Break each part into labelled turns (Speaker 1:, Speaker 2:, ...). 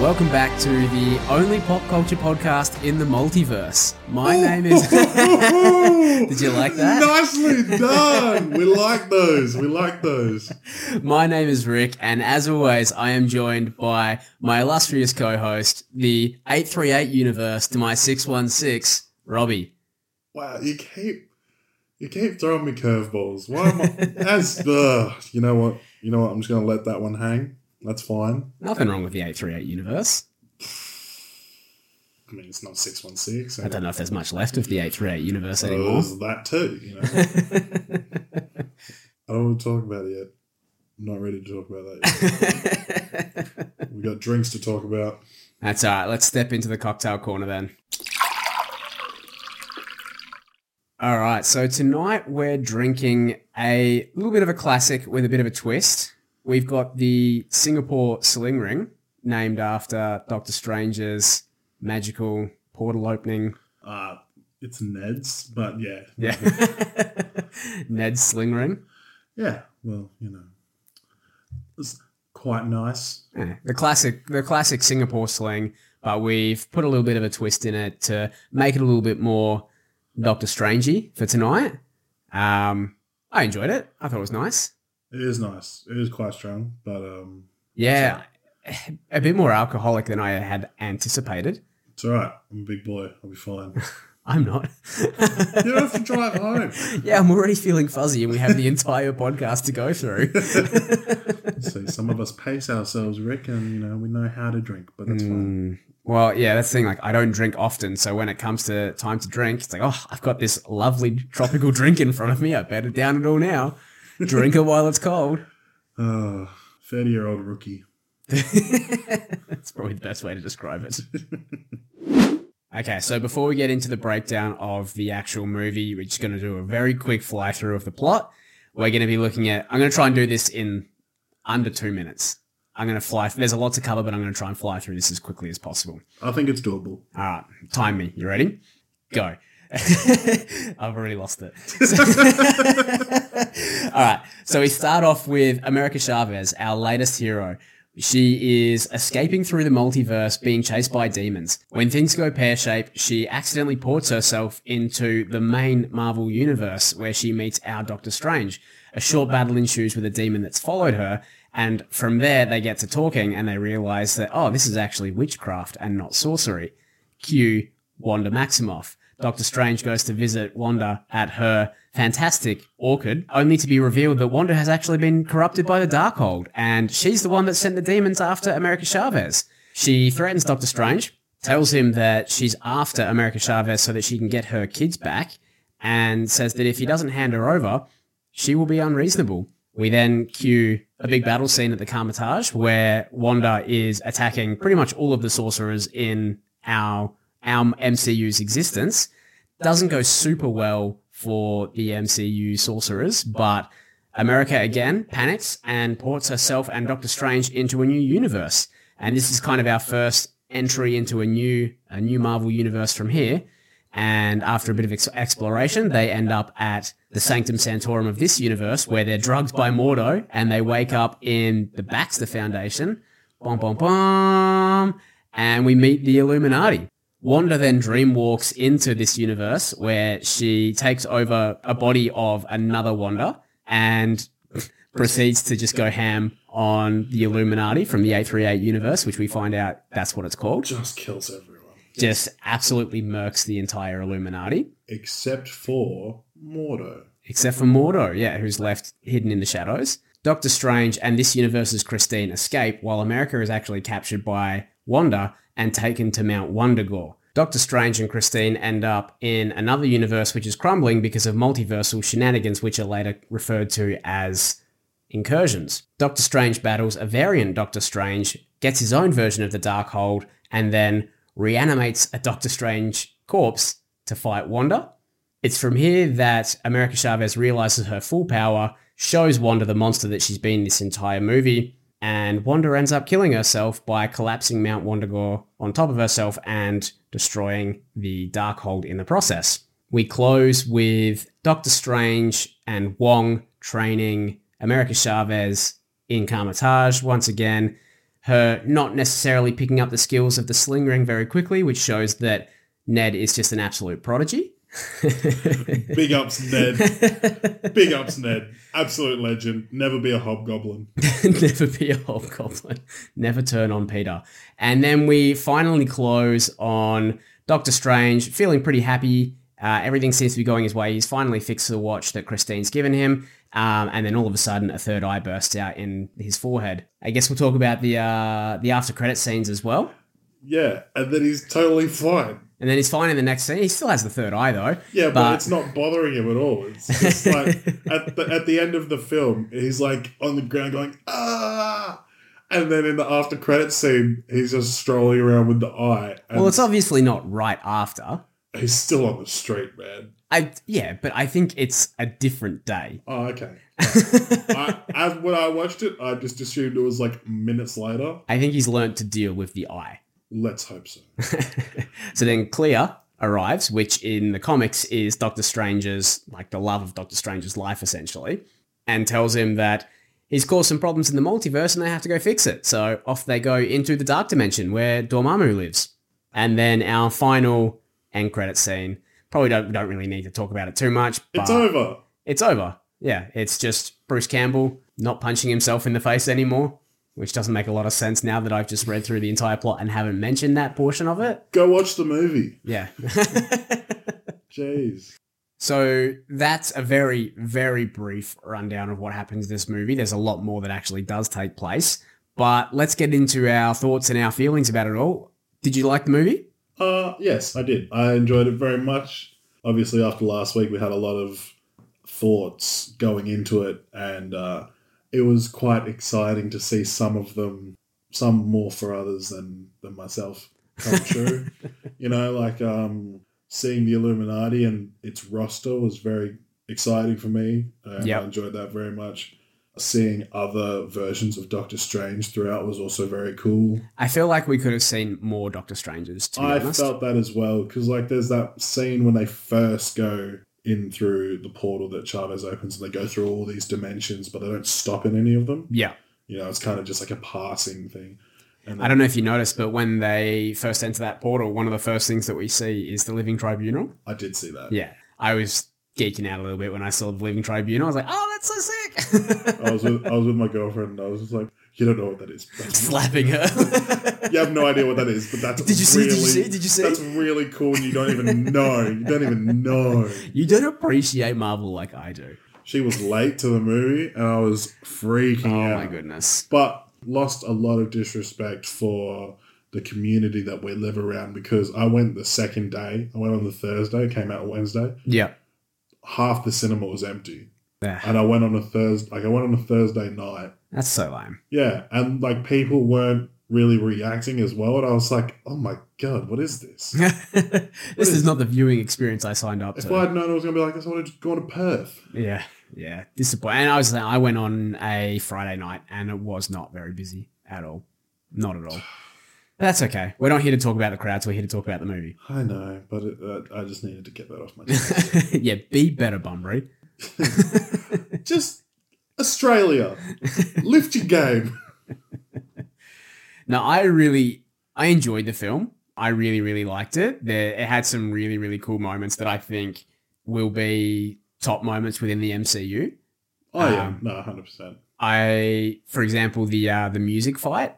Speaker 1: welcome back to the only pop culture podcast in the multiverse. My name is. Did you like that?
Speaker 2: Nicely done. we like those. We like those.
Speaker 1: My name is Rick, and as always, I am joined by my illustrious co-host, the 838 universe to my 616, Robbie.
Speaker 2: Wow, you keep you keep throwing me curveballs. Why am I as the you know what? You know what? I'm just gonna let that one hang. That's fine.
Speaker 1: Nothing wrong with the 838 universe.
Speaker 2: I mean it's not six one six.
Speaker 1: I don't know if there's much left of the 838 universe anymore.
Speaker 2: There's that too, you know. I don't want to talk about it yet. I'm not ready to talk about that yet. we got drinks to talk about.
Speaker 1: That's all right. Let's step into the cocktail corner then. All right. So tonight we're drinking a little bit of a classic with a bit of a twist. We've got the Singapore Sling Ring, named after Doctor Strange's magical portal opening.
Speaker 2: Uh it's Ned's, but yeah.
Speaker 1: Yeah. Ned's Sling Ring.
Speaker 2: Yeah. Well, you know. It's quite nice.
Speaker 1: Yeah, the classic, the classic Singapore slang, but we've put a little bit of a twist in it to make it a little bit more Doctor Strangey for tonight. Um, I enjoyed it. I thought it was nice.
Speaker 2: It is nice. It is quite strong, but um,
Speaker 1: Yeah, a bit more alcoholic than I had anticipated.
Speaker 2: it's all right. I'm a big boy. I'll be fine.
Speaker 1: I'm not.
Speaker 2: you don't have to drive home.
Speaker 1: yeah, I'm already feeling fuzzy, and we have the entire podcast to go through.
Speaker 2: See, some of us pace ourselves, Rick, and you know we know how to drink, but that's fine.
Speaker 1: Mm, well, yeah, that's the thing. Like, I don't drink often, so when it comes to time to drink, it's like, oh, I've got this lovely tropical drink in front of me. I better down it all now. Drink it while it's cold.
Speaker 2: Uh, Thirty-year-old rookie.
Speaker 1: That's probably the best way to describe it. Okay, so before we get into the breakdown of the actual movie, we're just going to do a very quick fly through of the plot. We're going to be looking at, I'm going to try and do this in under two minutes. I'm going to fly, there's a lot to cover, but I'm going to try and fly through this as quickly as possible.
Speaker 2: I think it's doable.
Speaker 1: All right, time me. You ready? Go. I've already lost it. All right. So we start off with America Chavez, our latest hero. She is escaping through the multiverse, being chased by demons. When things go pear shaped, she accidentally ports herself into the main Marvel universe where she meets our Doctor Strange. A short battle ensues with a demon that's followed her, and from there they get to talking and they realize that, oh, this is actually witchcraft and not sorcery. Q Wanda Maximoff. Doctor Strange goes to visit Wanda at her fantastic orchid, only to be revealed that Wanda has actually been corrupted by the Darkhold, and she's the one that sent the demons after America Chavez. She threatens Doctor Strange, tells him that she's after America Chavez so that she can get her kids back, and says that if he doesn't hand her over, she will be unreasonable. We then cue a big battle scene at the Carmitage where Wanda is attacking pretty much all of the sorcerers in our our MCU's existence. Doesn't go super well for the MCU sorcerers, but America again panics and ports herself and Doctor Strange into a new universe. And this is kind of our first entry into a new a new Marvel universe from here. And after a bit of ex- exploration, they end up at the Sanctum Sanctorum of this universe where they're drugged by Mordo and they wake up in the Baxter Foundation. Bom, bom, bom. And we meet the Illuminati. Wanda then dreamwalks into this universe where she takes over a body of another Wanda and proceeds to just go ham on the Illuminati from the 838 universe, which we find out that's what it's called.
Speaker 2: Just kills everyone
Speaker 1: Just absolutely murks the entire Illuminati.
Speaker 2: except for Mordo.
Speaker 1: except for Mordo, yeah, who's left hidden in the shadows. Doctor Strange and this universe's Christine escape while America is actually captured by Wanda and taken to Mount Wondergore. Doctor Strange and Christine end up in another universe which is crumbling because of multiversal shenanigans, which are later referred to as incursions. Doctor Strange battles a variant Doctor Strange, gets his own version of the Darkhold, and then reanimates a Doctor Strange corpse to fight Wanda. It's from here that America Chavez realizes her full power, shows Wanda the monster that she's been this entire movie, and Wanda ends up killing herself by collapsing Mount Wandagore on top of herself and destroying the Darkhold in the process. We close with Doctor Strange and Wong training America Chavez in Carmitage once again. her not necessarily picking up the skills of the sling ring very quickly, which shows that Ned is just an absolute prodigy.
Speaker 2: Big ups, Ned. Big ups, Ned. Absolute legend. Never be a hobgoblin.
Speaker 1: never be a hobgoblin. Never turn on Peter. And then we finally close on Doctor Strange, feeling pretty happy. Uh, everything seems to be going his way. He's finally fixed the watch that Christine's given him. Um, and then all of a sudden, a third eye bursts out in his forehead. I guess we'll talk about the uh, the after credit scenes as well.
Speaker 2: Yeah, and then he's totally fine.
Speaker 1: And then he's fine in the next scene. He still has the third eye though.
Speaker 2: Yeah, but,
Speaker 1: But-
Speaker 2: it's not bothering him at all. It's just like at the, at the end of the film, he's like on the ground going ah, and then in the after credit scene, he's just strolling around with the eye, and
Speaker 1: Well, it's obviously not right after.
Speaker 2: he's still on the street, man.
Speaker 1: I yeah, but I think it's a different day.
Speaker 2: Oh, okay. I, I, when I watched it, I just assumed it was like minutes later.
Speaker 1: I think he's learnt to deal with the eye.
Speaker 2: Let's hope so.
Speaker 1: so then Clea arrives, which in the comics is Doctor Strange's, like the love of Doctor Strange's life essentially, and tells him that he's caused some problems in the multiverse and they have to go fix it. So off they go into the dark dimension where Dormammu lives. And then our final end credit scene. Probably don't, don't really need to talk about it too much. But
Speaker 2: It's over.
Speaker 1: it's over. Yeah, it's just Bruce Campbell not punching himself in the face anymore, which doesn't make a lot of sense now that I've just read through the entire plot and haven't mentioned that portion of it.
Speaker 2: Go watch the movie.
Speaker 1: Yeah.
Speaker 2: Jeez.
Speaker 1: so that's a very, very brief rundown of what happens in this movie. There's a lot more that actually does take place, but let's get into our thoughts and our feelings about it all. Did you like the movie?
Speaker 2: Uh, yes, I did. I enjoyed it very much. Obviously, after last week, we had a lot of thoughts going into it, and uh, it was quite exciting to see some of them, some more for others than, than myself, come true. you know, like um, seeing the Illuminati and its roster was very exciting for me. And
Speaker 1: Yep.
Speaker 2: I enjoyed that very much. Seeing other versions of Doctor Strange throughout was also very cool.
Speaker 1: I feel like we could have seen more Doctor Strangers, to be
Speaker 2: I
Speaker 1: honest.
Speaker 2: felt that as well because like there's that scene when they first go in through the portal that Chavez opens and they go through all these dimensions, but they don't stop in any of them.
Speaker 1: yeah.
Speaker 2: You know, it's kind of just like a passing thing. And
Speaker 1: I don't know if you noticed, but when they first enter that portal, one of the first things that we see is the Living Tribunal.
Speaker 2: I did see that.
Speaker 1: Yeah. I was geeking out a little bit when I saw the Living Tribunal. I was like, oh, that's so sick.
Speaker 2: I was with I was with my girlfriend and I was just like, you don't know what that is. That's-
Speaker 1: Slapping her.
Speaker 2: you have no idea what that is, but that's
Speaker 1: Did you see?
Speaker 2: really
Speaker 1: Did you see? Did you see?
Speaker 2: that's really cool and you don't even know. You don't even know.
Speaker 1: you don't appreciate Marvel like I do.
Speaker 2: She was late to the movie and I was freaking
Speaker 1: Oh
Speaker 2: out.
Speaker 1: my goodness.
Speaker 2: but lost a lot of disrespect for the community that we live around because I went the second day. I went on the Thursday, came out Wednesday.
Speaker 1: Yeah.
Speaker 2: Half the cinema was empty,
Speaker 1: Yeah.
Speaker 2: and I went on a Thursday. Like I went on a Thursday night.
Speaker 1: That's so lame.
Speaker 2: Yeah, and like people weren't really reacting as well, and I was like, "Oh my god, what is this?"
Speaker 1: this is not the viewing experience I signed up
Speaker 2: If
Speaker 1: to.
Speaker 2: I had known it was gonna be like this, I would have gone to Perth.
Speaker 1: Yeah. Yeah. Disappointing. And I was I went on a Friday night and it was not very busy at all. Not at all. But that's okay. We're not here to talk about the crowds. We're here to talk about the movie.
Speaker 2: I know, but it, uh, I just needed to get that off my chest.
Speaker 1: yeah, be better, Bunbury.
Speaker 2: just Australia, lift your game.
Speaker 1: Now, I really, I enjoyed the film. I really, really liked it. There, it had some really, really cool moments that I think will be top moments within the MCU.
Speaker 2: Oh yeah,
Speaker 1: Um,
Speaker 2: no, hundred percent.
Speaker 1: I, for example, the uh, the music fight,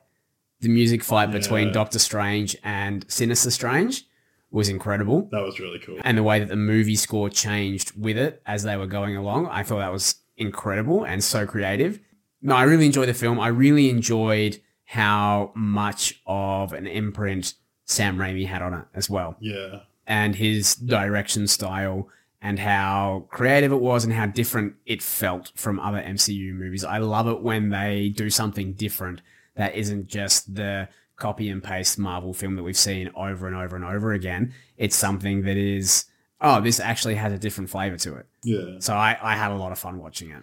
Speaker 1: the music fight between
Speaker 2: Yeah.
Speaker 1: Doctor Strange and Sinister Strange was incredible,
Speaker 2: That was really cool.
Speaker 1: and the way that the movie score changed with it as they were going along, I thought that was incredible and so creative. No, I really enjoyed the film. I really enjoyed how much of an imprint Sam Raimi had on it as well
Speaker 2: Yeah.
Speaker 1: and his direction style and how creative it was and how different it felt from other MCU movies. I love it when they do something different that isn't just the copy and paste Marvel film that we've seen over and over and over again. It's something that is, oh, this actually has a different flavor to it.
Speaker 2: Yeah.
Speaker 1: So I, I had a lot of fun watching it.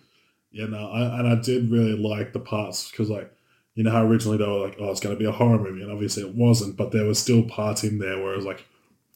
Speaker 2: Yeah, no, I, and I did really like the parts because, like, you know how originally they were like, oh, it's going to be a horror movie, and obviously it wasn't, but there were still parts in there where it was like,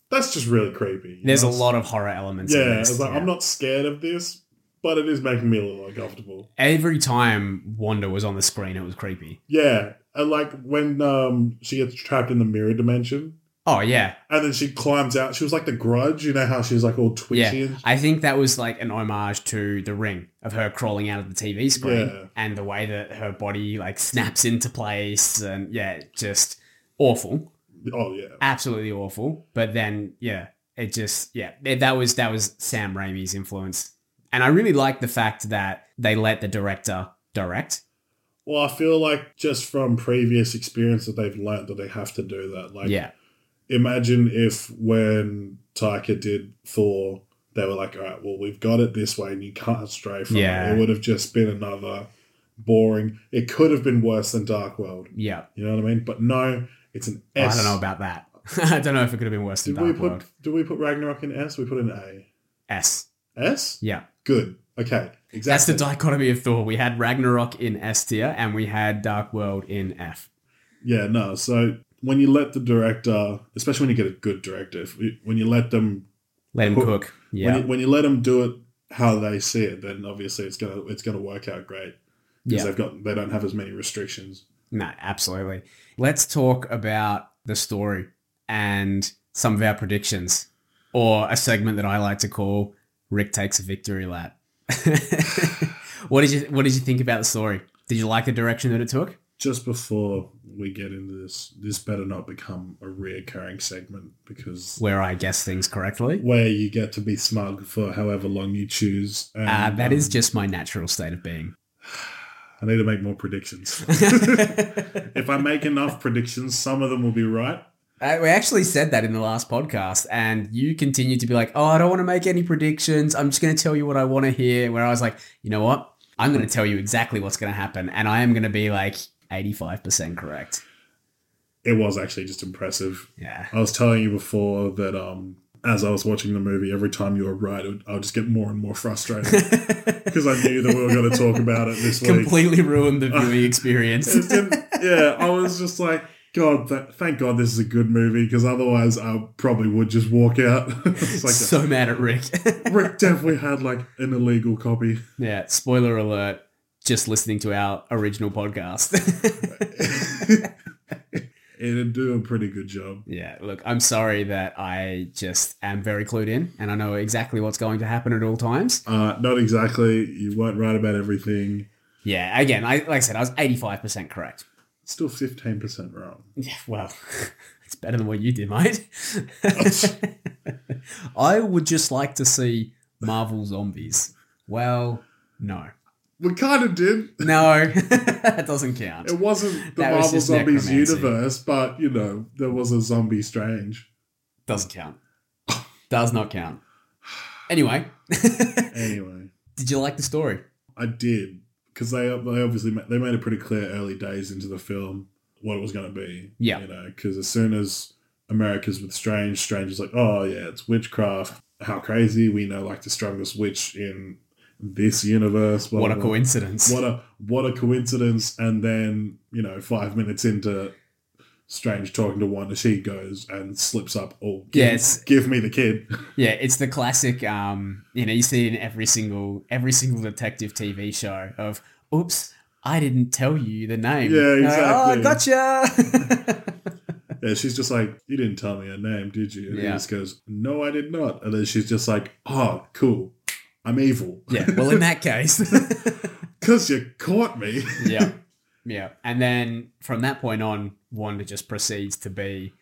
Speaker 2: that's just really creepy. you
Speaker 1: There's
Speaker 2: know?
Speaker 1: a lot of horror elements. in
Speaker 2: Yeah,
Speaker 1: this,
Speaker 2: it's like,
Speaker 1: yeah.
Speaker 2: I'm not scared of this, but it is making me a little uncomfortable.
Speaker 1: Every time Wanda was on the screen, it was creepy.
Speaker 2: Yeah, and like when um she gets trapped in the mirror dimension,
Speaker 1: Oh yeah,
Speaker 2: and then she climbs out. She was like the Grudge, you know how she's like all twitchy.
Speaker 1: yeah.
Speaker 2: And
Speaker 1: I think that was like an homage to The Ring of her crawling out of the TV screen
Speaker 2: Yeah.
Speaker 1: and the way that her body like snaps into place and yeah, just awful,
Speaker 2: oh yeah,
Speaker 1: absolutely awful. But then yeah, it just yeah, it- that was that was Sam Raimi's influence, and I really like the fact that they let the director direct.
Speaker 2: Well, I feel like just from previous experience that they've learnt that they have to do that. Like,
Speaker 1: yeah,
Speaker 2: imagine if when Taika did Thor, they were like, all right, well, we've got it this way and you can't stray from
Speaker 1: Yeah.
Speaker 2: it. It would have just been another boring. It could have been worse than Dark World.
Speaker 1: yeah.
Speaker 2: You know what I mean? But no, it's an
Speaker 1: I
Speaker 2: S.
Speaker 1: don't know about that. I don't know if it could have been worse than
Speaker 2: Did we
Speaker 1: Dark
Speaker 2: put
Speaker 1: World.
Speaker 2: did we put Ragnarok in S? We put an A.
Speaker 1: S.
Speaker 2: S?
Speaker 1: Yeah.
Speaker 2: Good. Okay. Exactly.
Speaker 1: That's the dichotomy of Thor. We had Ragnarok in S tier and we had Dark World in F.
Speaker 2: Yeah, no. So when you let the director, especially when you get a good director, if when you let them
Speaker 1: Let him
Speaker 2: Cool.
Speaker 1: cook.
Speaker 2: when,
Speaker 1: Yeah.
Speaker 2: you, when you let them do it how they see it, then obviously it's gonna it's gonna work out great because
Speaker 1: Yeah.
Speaker 2: they've got they don't have as many restrictions.
Speaker 1: No, absolutely. Let's talk about the story and some of our predictions or a segment that I like to call Rick takes a victory lap. what did you what did you think about the story? Did you like the direction that it took?
Speaker 2: Just before we get into this, this better not become a reoccurring segment because
Speaker 1: Where I guess things correctly.
Speaker 2: where you get to be smug for however long you choose. And,
Speaker 1: Uh, that
Speaker 2: um,
Speaker 1: is just my natural state of being.
Speaker 2: I need to make more predictions. if I make enough predictions, some of them will be right.
Speaker 1: Uh, we actually said that in the last podcast, and you continued to be like, "Oh, I don't want to make any predictions. I'm just going to tell you what I want to hear." Where I was like, "You know what? I'm going to tell you exactly what's going to happen, and I am going to be like 85 percent correct."
Speaker 2: It was actually just impressive.
Speaker 1: Yeah,
Speaker 2: I was telling you before that um, as I was watching the movie, every time you were right, it would, I would just get more and more frustrated because I knew that we were going to talk about it this week.
Speaker 1: completely ruined the viewing experience.
Speaker 2: It didn't- yeah, I was just like, God, th- thank God this is a good movie because otherwise I probably would just walk out. it's like
Speaker 1: so mad at Rick.
Speaker 2: Rick definitely had like an illegal copy.
Speaker 1: yeah, spoiler alert. Just listening to our original podcast.
Speaker 2: It'd do a pretty good job.
Speaker 1: Yeah, look, I'm sorry that I just am very clued in and I know exactly what's going to happen at all times.
Speaker 2: Uh, not exactly. You weren't right about everything.
Speaker 1: Yeah, again, I, like I said, I was 85% correct.
Speaker 2: Still 15% wrong.
Speaker 1: Yeah, well, it's better than what you did, mate. I would just like to see Marvel zombies. Well, no.
Speaker 2: We kind of did.
Speaker 1: No, that doesn't count.
Speaker 2: It wasn't the
Speaker 1: That was
Speaker 2: Marvel
Speaker 1: just
Speaker 2: Zombies
Speaker 1: necromancy.
Speaker 2: universe, but you know, there was a zombie strange.
Speaker 1: Doesn't count. Does not count. Anyway,
Speaker 2: Anyway,
Speaker 1: did you like the story?
Speaker 2: I did because they they obviously ma- they made it pretty clear early days into the film what it was going to be.
Speaker 1: Yeah.
Speaker 2: you know, because as soon as America's with Strange, Strange is like, oh yeah, it's witchcraft. How crazy! We know like the strongest witch in this universe. blah,
Speaker 1: What a
Speaker 2: blah, blah.
Speaker 1: coincidence.
Speaker 2: What a what a coincidence! And then you know, five minutes into Strange talking to Wanda, she goes and slips up. Oh, give,
Speaker 1: Yes.
Speaker 2: give me the kid.
Speaker 1: Yeah, it's the classic. Um, you know, you see it in every single every single detective TV show of, "Oops, I didn't tell you the name."
Speaker 2: Yeah,
Speaker 1: You're like,
Speaker 2: exactly.
Speaker 1: oh, gotcha.
Speaker 2: And she's just like, "You didn't tell me her name, did you?" And he
Speaker 1: Yeah.
Speaker 2: just goes, "No, I did not." And then she's just like, "Oh, cool. I'm evil.
Speaker 1: yeah. Well, in that case,
Speaker 2: because you caught me."
Speaker 1: yeah, yeah. And then from that point on, Wanda just proceeds to be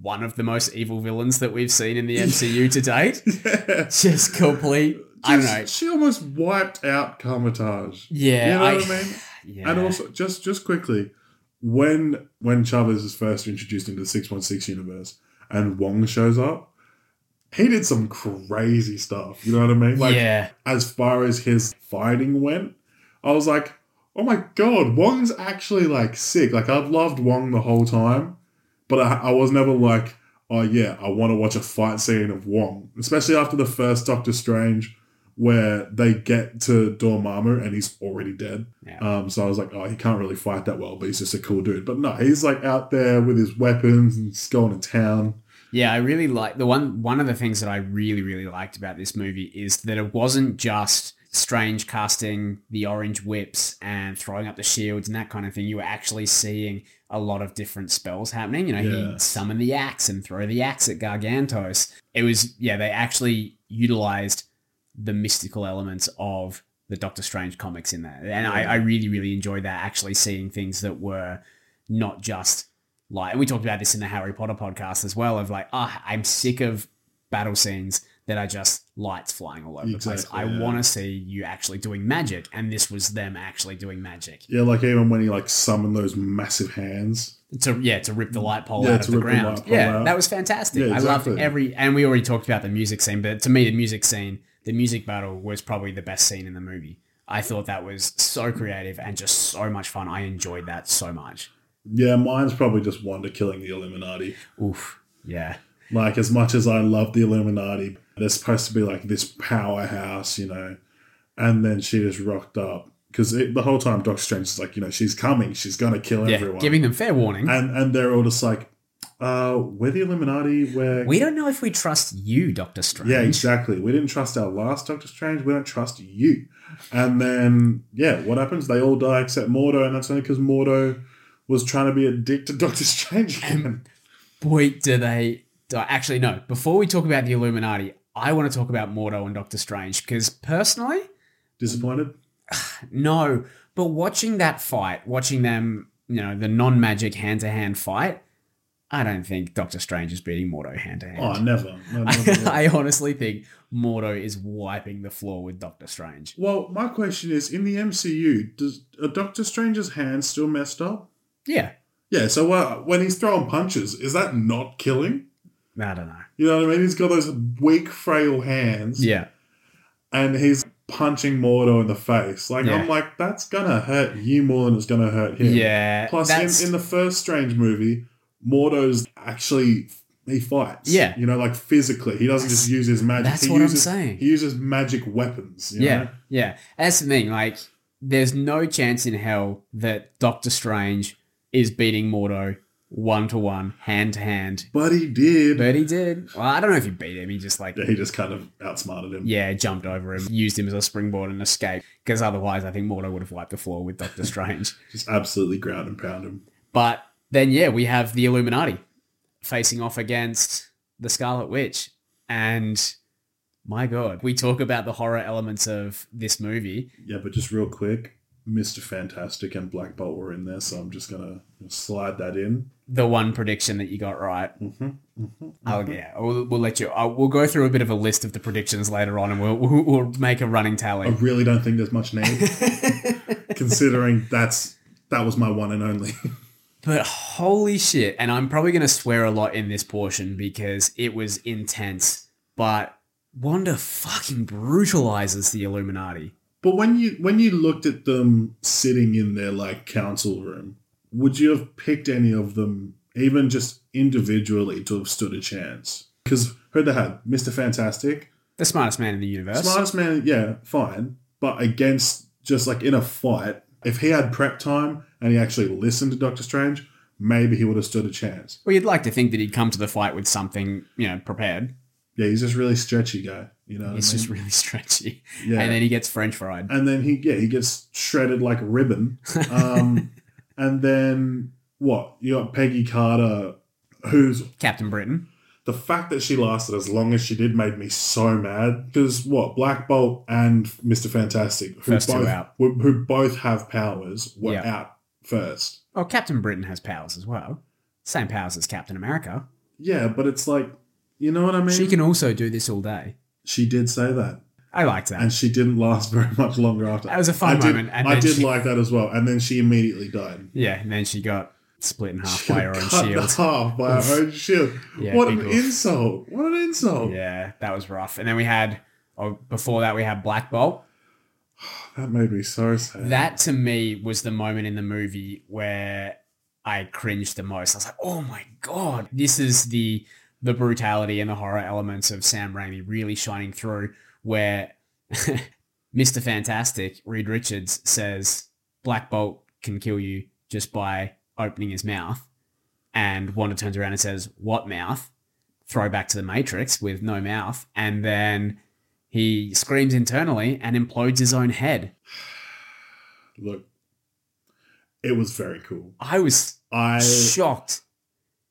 Speaker 1: one of the most evil villains that we've seen in the MCU to date.
Speaker 2: yeah.
Speaker 1: Just complete. I don't
Speaker 2: Just-
Speaker 1: know.
Speaker 2: She almost wiped out Carmitage.
Speaker 1: Yeah,
Speaker 2: you know
Speaker 1: I,
Speaker 2: what I mean.
Speaker 1: Yeah.
Speaker 2: And also, just just quickly, when when Chavez is first introduced into the Six One Six universe, and Wong shows up, he did some crazy stuff. You know what I mean? Like
Speaker 1: yeah.
Speaker 2: as far as his fighting went, I was like, oh my god, Wong's actually like sick. Like I've loved Wong the whole time, but I, I was never like, oh yeah, I want to watch a fight scene of Wong, especially after the first Doctor Strange. Where they get to Dormammu and he's already dead.
Speaker 1: Yeah.
Speaker 2: Um, so I was like, oh, he can't really fight that well, but he's just a cool dude. But no, he's like out there with his weapons and just going to town.
Speaker 1: Yeah, I really like the one. One of the things that I really, really liked about this movie is that it wasn't just Strange casting the orange whips and throwing up the shields and that kind of thing, you were actually seeing a lot of different spells happening. You know,
Speaker 2: Yeah.
Speaker 1: he'd summon the axe and throw the axe at Gargantos. It was, yeah, they actually utilized the mystical elements of the Doctor Strange comics in there. And I, I really, really enjoyed that actually seeing things that were not just like, and we talked about this in the Harry Potter podcast as well of like, ah, I'm sick of battle scenes that are just lights flying all over the place.
Speaker 2: Exactly,
Speaker 1: I
Speaker 2: yeah.
Speaker 1: want to see you actually doing magic. And this was them actually doing magic
Speaker 2: Yeah, like even when he like summoned those massive hands.
Speaker 1: to, yeah, to rip the light pole
Speaker 2: Yeah,
Speaker 1: out
Speaker 2: to
Speaker 1: of the
Speaker 2: rip the
Speaker 1: ground.
Speaker 2: light pole
Speaker 1: yeah.
Speaker 2: out.
Speaker 1: That was fantastic.
Speaker 2: Yeah,
Speaker 1: I loved
Speaker 2: exactly.
Speaker 1: every, and we already talked about the music scene, but to me, the music scene, the music battle was probably the best scene in the movie. I thought that was so creative and just so much fun. I enjoyed that so much.
Speaker 2: Yeah, mine's probably just Wanda killing the Illuminati.
Speaker 1: Oof. Yeah.
Speaker 2: Like as much as I love the Illuminati, they're supposed to be like this powerhouse, you know. And then she just rocked up because the whole time Doctor Strange is like, you know, she's coming, she's gonna kill
Speaker 1: Yeah.
Speaker 2: everyone,
Speaker 1: Giving them fair warning.
Speaker 2: and and they're all just like, uh, we're the Illuminati, we're
Speaker 1: We don't know if we trust you, Doctor Strange.
Speaker 2: yeah, exactly. We didn't trust our last Doctor Strange. We don't trust you. And then, yeah, what happens? They all die except Mordo, and that's only because Mordo was trying to be a dick to Doctor Strange. again.
Speaker 1: Boy, do they. die. Actually, no. Before we talk about the Illuminati, I want to talk about Mordo and Doctor Strange because personally,
Speaker 2: Disappointed?
Speaker 1: no. But watching that fight, watching them, you know, the non magic hand to hand fight, I don't think Doctor Strange is beating Mordo hand to
Speaker 2: Oh,
Speaker 1: hand.
Speaker 2: never. No, never, never.
Speaker 1: I honestly think Mordo is wiping the floor with Doctor Strange.
Speaker 2: well, my question is: in the MCU, does are Doctor Strange's hands still messed up?
Speaker 1: Yeah.
Speaker 2: Yeah. So uh, when he's throwing punches, is that not killing?
Speaker 1: I don't know.
Speaker 2: You know what I mean? He's got those weak, frail hands.
Speaker 1: Yeah.
Speaker 2: and he's punching Mordo in the face. Like
Speaker 1: Yeah.
Speaker 2: I'm like, that's gonna hurt you more than it's gonna hurt him.
Speaker 1: Yeah.
Speaker 2: Plus,
Speaker 1: that's-
Speaker 2: in, in the first Strange movie, Mordo's actually he fights.
Speaker 1: Yeah.
Speaker 2: you know, like physically, he doesn't just use his magic.
Speaker 1: that's
Speaker 2: he
Speaker 1: what I'm
Speaker 2: uses,
Speaker 1: saying.
Speaker 2: He uses magic weapons. you
Speaker 1: Yeah,
Speaker 2: know?
Speaker 1: yeah. That's the thing. Like, there's no chance in hell that Doctor Strange is beating Mordo one to one, hand to hand.
Speaker 2: but he did.
Speaker 1: But he did. Well, I don't know if he beat him. He just like
Speaker 2: Yeah, he just kind of outsmarted him.
Speaker 1: yeah, jumped over him, used him as a springboard and escaped. Because otherwise, I think Mordo would have wiped the floor with Doctor Strange.
Speaker 2: Just absolutely ground and pound him.
Speaker 1: But then, yeah, we have the Illuminati facing off against the Scarlet Witch. And my God, we talk about the horror elements of this movie.
Speaker 2: Yeah, but just real quick, Mister Fantastic and Black Bolt were in there, so I'm just gonna slide that in.
Speaker 1: The one prediction that you got right
Speaker 2: Mm-hmm, mm-hmm,
Speaker 1: Oh yeah, we'll, we'll let you. i we'll go through a bit of a list of the predictions later on, and we'll we'll, we'll make a running
Speaker 2: I
Speaker 1: tally.
Speaker 2: really don't think there's much need, considering that's that was my one and only.
Speaker 1: but holy shit! And I'm probably going to swear a lot in this portion because it was intense. But Wanda fucking brutalizes the Illuminati.
Speaker 2: but when you when you looked at them sitting in their like council room, would you have picked any of them, even just individually, to have stood a chance? Because who they had Mister Fantastic,
Speaker 1: The smartest man in the universe.
Speaker 2: smartest man, yeah, fine, but against just like in a fight, if he had prep time and he actually listened to Doctor Strange, maybe he would have stood a chance.
Speaker 1: Well, you'd like to think that he'd come to the fight with something, you know, prepared.
Speaker 2: Yeah, he's just really stretchy guy. You know, what
Speaker 1: It's
Speaker 2: I mean?
Speaker 1: just really stretchy,
Speaker 2: yeah.
Speaker 1: and then he gets French fried.
Speaker 2: and then he yeah he gets shredded like a ribbon um and then what you got peggy carter who's
Speaker 1: Captain Britain.
Speaker 2: the fact that she lasted as long as she did made me so mad because what black bolt and mr fantastic who
Speaker 1: First two
Speaker 2: both
Speaker 1: out.
Speaker 2: who- who both have powers were
Speaker 1: Yeah.
Speaker 2: out first
Speaker 1: Oh, Captain Britain has powers as well. Same powers as Captain America.
Speaker 2: yeah but it's like you know what i mean
Speaker 1: She can also do this all day.
Speaker 2: she did say that
Speaker 1: I liked that.
Speaker 2: and she didn't last very much longer after
Speaker 1: That was a fun
Speaker 2: I did,
Speaker 1: moment, and
Speaker 2: i
Speaker 1: then
Speaker 2: did
Speaker 1: she-
Speaker 2: like that as well and then she immediately died
Speaker 1: yeah, and then she got split in half
Speaker 2: She
Speaker 1: by
Speaker 2: got
Speaker 1: her own
Speaker 2: cut in
Speaker 1: shield.
Speaker 2: half by her own shield.
Speaker 1: Yeah,
Speaker 2: what oh.
Speaker 1: big
Speaker 2: an
Speaker 1: oof.
Speaker 2: insult! What an insult!
Speaker 1: Yeah, that was rough. And then we had, oh, before that, we had Black Bolt.
Speaker 2: That made me so sad.
Speaker 1: That to me was the moment in the movie where I cringed the most. I was like, oh my God, this is the the brutality and the horror elements of Sam Raimi really shining through where Mr. Fantastic, Reed Richards, says Black Bolt can kill you just by opening his mouth. And Wanda turns around and says, What mouth? Throw back to the Matrix with no mouth. And then He screams internally and implodes his own head.
Speaker 2: Look, it was very cool.
Speaker 1: I was
Speaker 2: I
Speaker 1: shocked.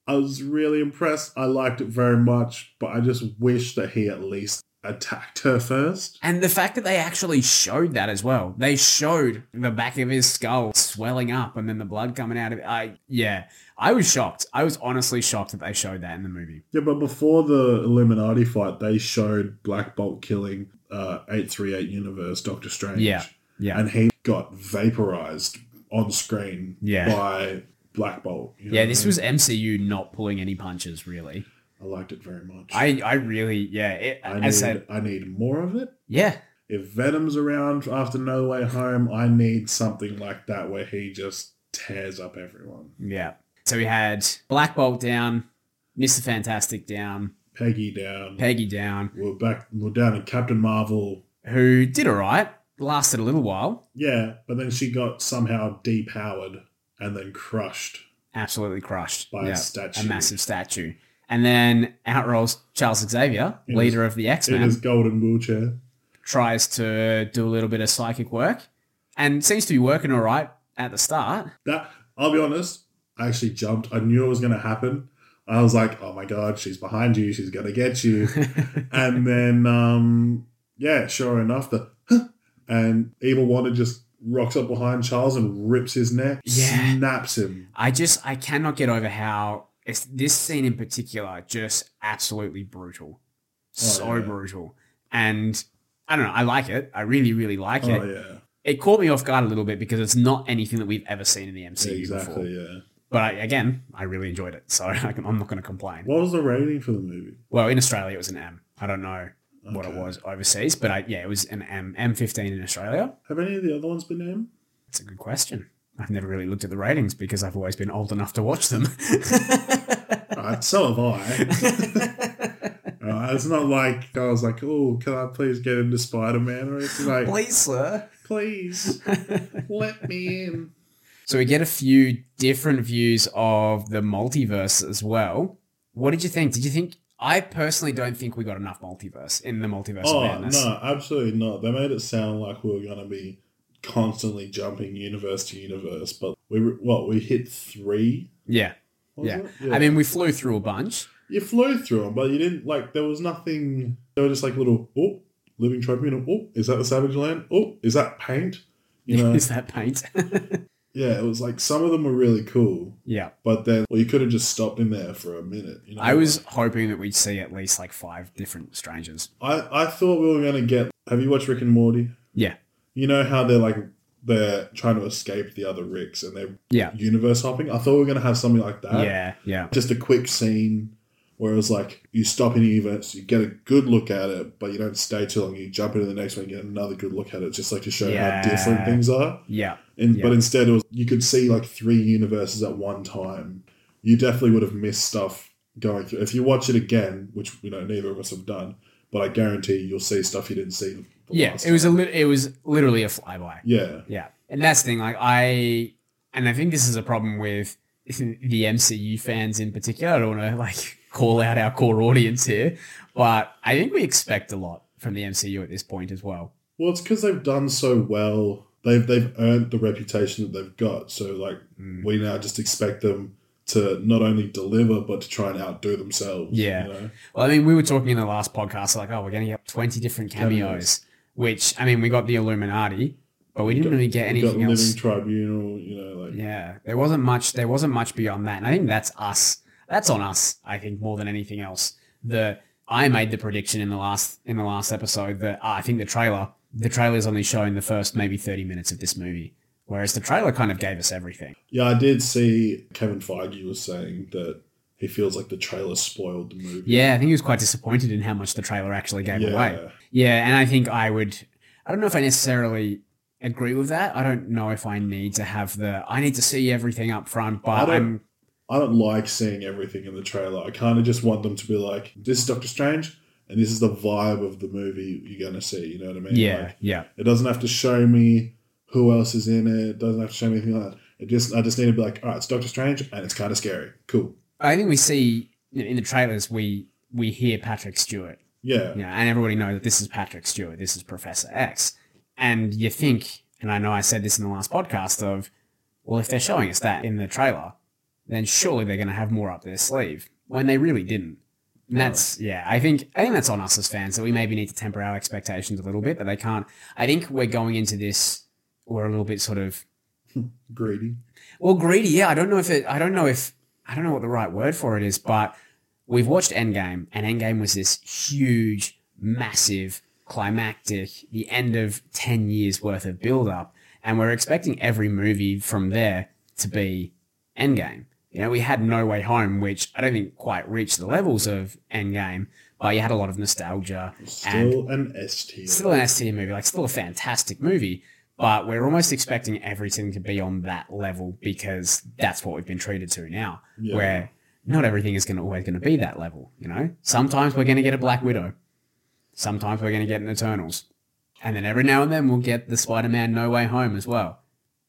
Speaker 2: I was really impressed. I liked it very much, but I just wish that he at least attacked her first.
Speaker 1: And the fact that they actually showed that as well. They showed the back of his skull swelling up and then the blood coming out of it. I yeah. I was shocked. I was honestly shocked that they showed that in the movie.
Speaker 2: Yeah, but before the Illuminati fight, they showed Black Bolt killing uh, 838 Universe, Doctor Strange.
Speaker 1: Yeah. Yeah.
Speaker 2: And he got vaporized on screen
Speaker 1: Yeah.
Speaker 2: by Black Bolt. you know
Speaker 1: yeah,
Speaker 2: what
Speaker 1: this
Speaker 2: I
Speaker 1: was MCU not pulling any punches really.
Speaker 2: mean? I liked it very much.
Speaker 1: I I really yeah, it,
Speaker 2: I
Speaker 1: as
Speaker 2: need,
Speaker 1: I said
Speaker 2: I need more of it.
Speaker 1: yeah.
Speaker 2: If Venom's around after No Way Home, I need something like that where he just tears up everyone.
Speaker 1: Yeah. So we had Black Bolt down, Mr. Fantastic down,
Speaker 2: Peggy down.
Speaker 1: Peggy down,
Speaker 2: we're back. We're down in Captain Marvel.
Speaker 1: who did all right, lasted a little while,
Speaker 2: Yeah, but then she got somehow depowered and then crushed
Speaker 1: absolutely crushed.
Speaker 2: by
Speaker 1: Yeah.
Speaker 2: a statue.
Speaker 1: a massive statue. And then out rolls Charles Xavier,
Speaker 2: In
Speaker 1: leader of the X
Speaker 2: in
Speaker 1: Men,
Speaker 2: his golden wheelchair.
Speaker 1: tries to do a little bit of psychic work and seems to be working all right at the start.
Speaker 2: That I'll be honest, I actually jumped. I knew it was going to happen. I was like, "Oh my god, she's behind you. She's going to get you." and then, um, yeah, sure enough, the and evil Wanda just rocks up behind Charles and rips his neck,
Speaker 1: Yeah.
Speaker 2: snaps him.
Speaker 1: I just, I cannot get over how it's, this scene in particular just absolutely brutal. so
Speaker 2: Oh, yeah.
Speaker 1: brutal. And I don't know, I like it. I really, really like it.
Speaker 2: Oh yeah,
Speaker 1: It caught me off guard a little bit because it's not anything that we've ever seen in the MCU before.
Speaker 2: exactly. Yeah.
Speaker 1: But I, again, I really enjoyed it. So I can, I'm not going to complain.
Speaker 2: What was the rating for the movie?
Speaker 1: Well, in Australia, it was an M. I don't know what it
Speaker 2: Okay.
Speaker 1: was overseas, but I, yeah, it was an M. M15 in Australia.
Speaker 2: Have any of the other ones been named?
Speaker 1: It's a good question. I've never really looked at the ratings because I've always been old enough to watch them.
Speaker 2: Alright, Uh, so have I. Alright, it's not like I was like, oh, can I please get into Spider Man or anything? Like,
Speaker 1: Please, sir.
Speaker 2: please let me in.
Speaker 1: So we get a few different views of the multiverse as well. What did you think? Did you think? I personally don't think we got enough multiverse in the multiverse of
Speaker 2: Oh
Speaker 1: madness.
Speaker 2: no, absolutely not. They made it sound like we were going to be constantly jumping universe to universe, but we were- what we hit three.
Speaker 1: Yeah.
Speaker 2: was
Speaker 1: Yeah.
Speaker 2: it?
Speaker 1: I mean, we flew through a bunch.
Speaker 2: you flew through them, but you didn't like. There was nothing. They were just like little oh, living tribunal. Oh, is that the Savage Land? Oh, is that paint? You know,
Speaker 1: Is that paint?
Speaker 2: yeah. It was like some of them were really cool,
Speaker 1: yeah.
Speaker 2: but then well, you could have just stopped in there for a minute. You know,
Speaker 1: I was hoping that we'd see at least like five different strangers.
Speaker 2: I, I thought we were going to get. Have you watched Rick and Morty?
Speaker 1: Yeah.
Speaker 2: You know how they're like they're trying to escape the other Ricks and they're
Speaker 1: Yeah.
Speaker 2: universe hopping. I thought we were going to have something like that.
Speaker 1: yeah, yeah,
Speaker 2: Just a quick scene where it's like you stop in a universe, you get a good look at it, but you don't stay too long. You jump into the next one, you get another good look at it, just like to show
Speaker 1: Yeah.
Speaker 2: how different things are.
Speaker 1: yeah,
Speaker 2: And
Speaker 1: Yeah.
Speaker 2: but instead, it was you could see like three universes at one time. You definitely would have missed stuff going through. If you watch it again, which you know neither of us have done, but I guarantee you'll see stuff you didn't see. The
Speaker 1: yeah.
Speaker 2: last
Speaker 1: It was a
Speaker 2: time.
Speaker 1: lit it was literally a flyby.
Speaker 2: yeah,
Speaker 1: Yeah, and that's the thing. Like I, and I think this is a problem with the MCU fans in particular. I don't want to like call out our core audience here, but I think we expect a lot from the MCU at this point as well.
Speaker 2: Well, it's because they've done so well. They've they've earned the reputation that they've got. So like
Speaker 1: Mm.
Speaker 2: we now just expect them to not only deliver but to try and outdo themselves.
Speaker 1: Yeah.
Speaker 2: You know?
Speaker 1: Well, I mean, we were talking in the last podcast, like, oh, we're going to get twenty different cameos,
Speaker 2: Cameos.
Speaker 1: which I mean, we got the Illuminati, but we didn't really get
Speaker 2: You've got
Speaker 1: anything
Speaker 2: Living
Speaker 1: else.
Speaker 2: Tribunal. You know, like
Speaker 1: Yeah, there wasn't much. There wasn't much beyond that, and I think that's us. That's on us. I think more than anything else. The I made the prediction in the last in the last episode that ah, I think the trailer the trailer's only showing the first maybe thirty minutes of this movie, whereas the trailer kind of gave us everything.
Speaker 2: yeah, I did see Kevin Feige was saying that he feels like the trailer spoiled the movie.
Speaker 1: Yeah, I think he was quite disappointed in how much the trailer actually gave away.
Speaker 2: Yeah.
Speaker 1: Yeah, and I think I would. I don't know if I necessarily agree with that. I don't know if I need to have the. I need to see everything up front,
Speaker 2: I
Speaker 1: but
Speaker 2: don't-
Speaker 1: I'm
Speaker 2: I don't like seeing everything in the trailer. I kind of just want them to be like, this is Doctor Strange, and this is the vibe of the movie you're going to see. You know what I mean? Like,
Speaker 1: yeah, yeah,
Speaker 2: It doesn't have to show me who else is in it. It doesn't have to show me anything like that. It just I just need to be like, all right, it's Doctor Strange and it's kind of scary. Cool.
Speaker 1: I think we see you know, in the trailers we we hear Patrick Stewart
Speaker 2: Yeah.
Speaker 1: You know, and everybody knows that this is Patrick Stewart, this is Professor X. And you think, and I know I said this in the last podcast of, well, if they're showing us that in the trailer, then surely they're going to have more up their sleeve when they really didn't. And that's yeah. I think I think that's on us as fans that we maybe need to temper our expectations a little bit. That they can't. I think we're going into this. We're a little bit sort of
Speaker 2: Greedy.
Speaker 1: well, greedy. Yeah, I don't know if it. I don't know if I don't know what the right word for it is, but we've watched Endgame, and Endgame was this huge, massive, climactic, the end of ten years worth of build up, and we're expecting every movie from there to be Endgame. You know, we had No Way Home, which I don't think quite reached the levels of Endgame, but you had a lot of nostalgia and
Speaker 2: Still an S tier.
Speaker 1: still an S tier movie, like still a fantastic movie, but we're almost expecting everything to be on that level because that's what we've been treated to now.
Speaker 2: Yeah.
Speaker 1: Where not everything is going to always going to be that level, you know. Sometimes we're going to get a Black Widow, sometimes we're going to get an Eternals, and then every now and then we'll get the Spider-Man No Way Home as well.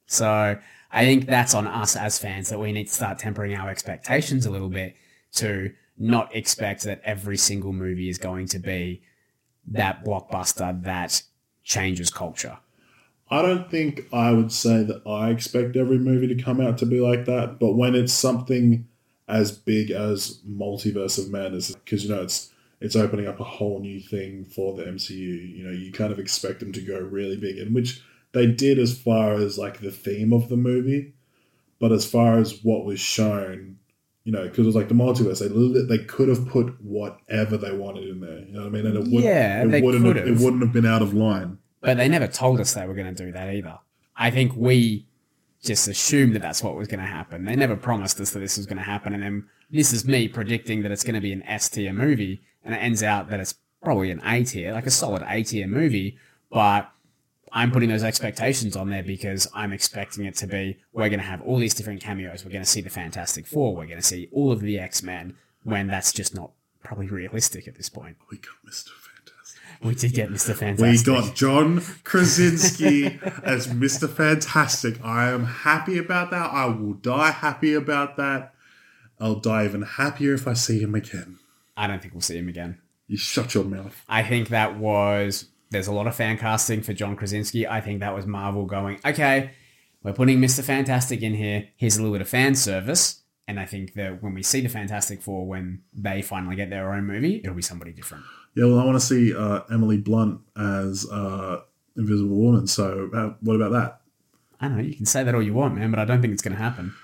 Speaker 1: So I think that's on us as fans that we need to start tempering our expectations a little bit to not expect that every single movie is going to be that blockbuster that changes culture.
Speaker 2: I don't think I would say that I expect every movie to come out to be like that, but when it's something as big as Multiverse of Madness, because you know it's it's opening up a whole new thing for the MCU. You know, you kind of expect them to go really big, and which they did as far as like the theme of the movie, but as far as what was shown, you know, because it was like the multiverse, they li- they could have put whatever they wanted in there. You know what I mean? And it wouldn't,
Speaker 1: Yeah,
Speaker 2: it
Speaker 1: they
Speaker 2: wouldn't
Speaker 1: could
Speaker 2: have,
Speaker 1: have.
Speaker 2: it wouldn't have been out of line.
Speaker 1: But they never told us they were going to do that either. I think we just assumed that that's what was going to happen. They never promised us that this was going to happen. And then this is me predicting that it's going to be an S tier movie. And it ends out that it's probably an A tier, like a solid A tier movie. But I'm putting those expectations on there because I'm expecting it to be we're going to have all these different cameos. We're going to see the Fantastic Four. We're going to see all of the X Men when that's just not probably realistic at this point.
Speaker 2: Oh, We got Mister Fantastic.
Speaker 1: We did get Mr. Fantastic.
Speaker 2: We got John Krasinski as Mr. Fantastic. I am happy about that. I will die happy about that. I'll die even happier if I see him again.
Speaker 1: I don't think we'll see him again.
Speaker 2: You shut your mouth.
Speaker 1: I think that was there's a lot of fan casting for John Krasinski. I think that was Marvel going, okay, we're putting Mr. Fantastic in here. Here's a little bit of fan service. And I think that when we see the Fantastic Four, when they finally get their own movie, it'll be somebody different.
Speaker 2: Yeah, well, I want to see uh, Emily Blunt as uh, Invisible Woman. So, uh, what about that?
Speaker 1: I don't know, you can say that all you want, man, but I don't think it's going to happen.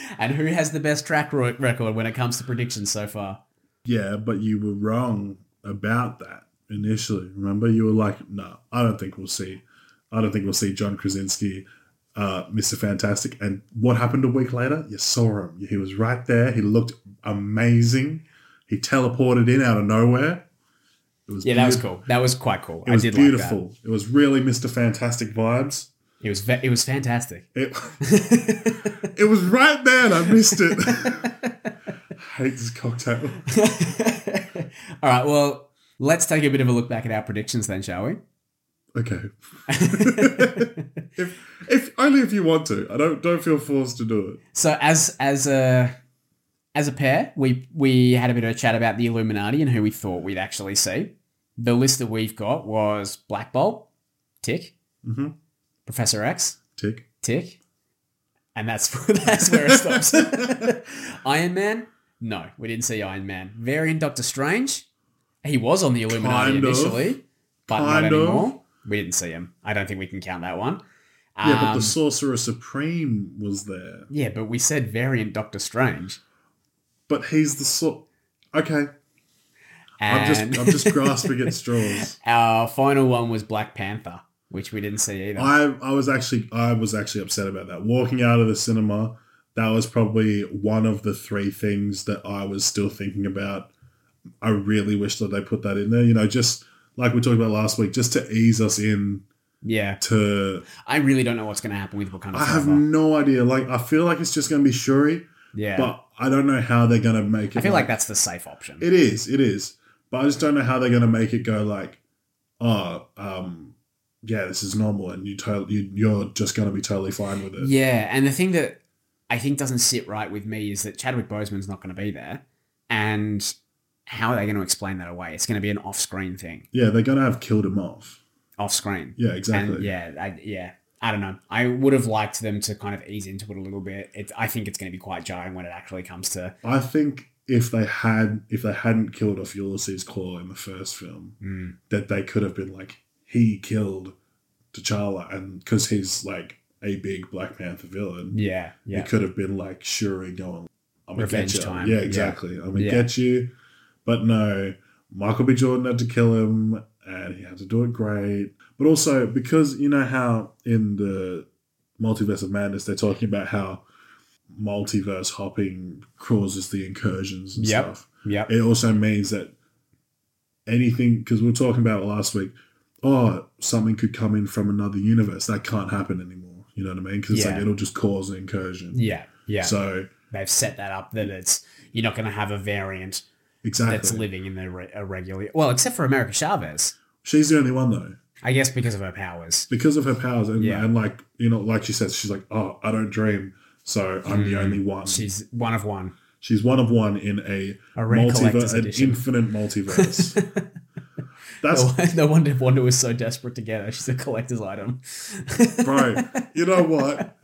Speaker 1: and who has the best track ro- record when it comes to predictions so far?
Speaker 2: Yeah, but you were wrong about that initially. Remember, you were like, "No, I don't think we'll see. I don't think we'll see John Krasinski, uh, Mister Fantastic." And what happened a week later? You saw him. He was right there. He looked amazing. He teleported in out of nowhere. It was
Speaker 1: Yeah, that was
Speaker 2: beautiful.
Speaker 1: cool. That was quite cool.
Speaker 2: It was
Speaker 1: I did
Speaker 2: beautiful.
Speaker 1: like
Speaker 2: It was really Mister Fantastic vibes.
Speaker 1: that. It was ve- it was fantastic.
Speaker 2: It, it was right there. and I missed it. Hate this cocktail.
Speaker 1: All right, well, let's take a bit of a look back at our predictions then, shall we?
Speaker 2: Okay. if, if only if you want to. I don't don't feel forced to do it.
Speaker 1: so as as a as a pair, we we had a bit of a chat about the Illuminati and who we thought we'd actually see. The list that we've got was Black Bolt, tick,
Speaker 2: Mhm.
Speaker 1: Professor X,
Speaker 2: Tick.
Speaker 1: tick, and that's that's where it stops. Iron Man, no, we didn't see Iron Man. Variant Doctor Strange, he was on the Illuminati
Speaker 2: Kind of.
Speaker 1: initially, but not
Speaker 2: Kind of.
Speaker 1: anymore. We didn't see him. I don't think we can count that one.
Speaker 2: Yeah, but
Speaker 1: Um,
Speaker 2: the Sorcerer Supreme was there.
Speaker 1: yeah, but we said variant Doctor Strange.
Speaker 2: But he's the sor. Okay,
Speaker 1: And
Speaker 2: I'm just I'm just grasping at straws.
Speaker 1: our final one was Black Panther, which we didn't see either.
Speaker 2: I I was actually I was actually upset about that. Walking out of the cinema, that was probably one of the three things that I was still thinking about. I really wish that they put that in there. You know, just like we talked about last week, just to ease us in
Speaker 1: yeah,
Speaker 2: to
Speaker 1: I really don't know what's going to happen with Wakanda
Speaker 2: I have
Speaker 1: Forever.
Speaker 2: no idea. Like, I feel like it's just going to be Shuri,
Speaker 1: yeah,
Speaker 2: but I don't know how they're going to make it.
Speaker 1: I feel like that's the safe option.
Speaker 2: it is, it is, but I just don't know how they're going to make it go like, oh, um, yeah, this is normal, and you to- you you're just going to be totally fine with it.
Speaker 1: yeah, and the thing that I think doesn't sit right with me is that Chadwick Boseman's not going to be there, and how are they going to explain that away? It's going to be an off-screen thing.
Speaker 2: Yeah, they're going to have killed him off.
Speaker 1: Off-screen.
Speaker 2: Yeah, exactly.
Speaker 1: And yeah, I, yeah. I don't know. I would have liked them to kind of ease into it a little bit. It, I think it's going to be quite jarring when it actually comes to.
Speaker 2: I think if they had if they hadn't killed off Ulysses Claw in the first film,
Speaker 1: Mm,
Speaker 2: that they could have been like he killed T'Challa, and because he's like a big Black Panther villain,
Speaker 1: yeah, yeah.
Speaker 2: it could have been like Shuri going, "I'm gonna
Speaker 1: Revenge
Speaker 2: get you."
Speaker 1: time.
Speaker 2: Yeah,
Speaker 1: Yeah.
Speaker 2: exactly. I'm gonna
Speaker 1: Yeah.
Speaker 2: get you. But no, Michael B. Jordan had to kill him, and he had to do it great. But also because you know how in the Multiverse of Madness they're talking about how multiverse hopping causes the incursions and
Speaker 1: Yep.
Speaker 2: stuff
Speaker 1: Yep.
Speaker 2: it also means that anything because we were talking about it last week oh something could come in from another universe that can't happen anymore you know what i mean because it's like
Speaker 1: Yeah.
Speaker 2: it'll just cause an incursion
Speaker 1: Yeah. Yeah.
Speaker 2: so
Speaker 1: They've set that up that it's you're not going to have a variant that's
Speaker 2: exactly
Speaker 1: living in the re- irregular. Well, except for America Chavez,
Speaker 2: she's the only one though
Speaker 1: I guess, because of her powers.
Speaker 2: because of her powers and,
Speaker 1: Yeah.
Speaker 2: and like you know like she says she's like oh i don't dream so i'm the
Speaker 1: Mm.
Speaker 2: only one
Speaker 1: She's one of one.
Speaker 2: she's one of one in a
Speaker 1: A rare
Speaker 2: multiverse
Speaker 1: collector's
Speaker 2: an
Speaker 1: edition. Oh.
Speaker 2: infinite multiverse
Speaker 1: no,
Speaker 2: that's
Speaker 1: no wonder Wanda was so desperate to get her. She's a collector's item.
Speaker 2: bro you know what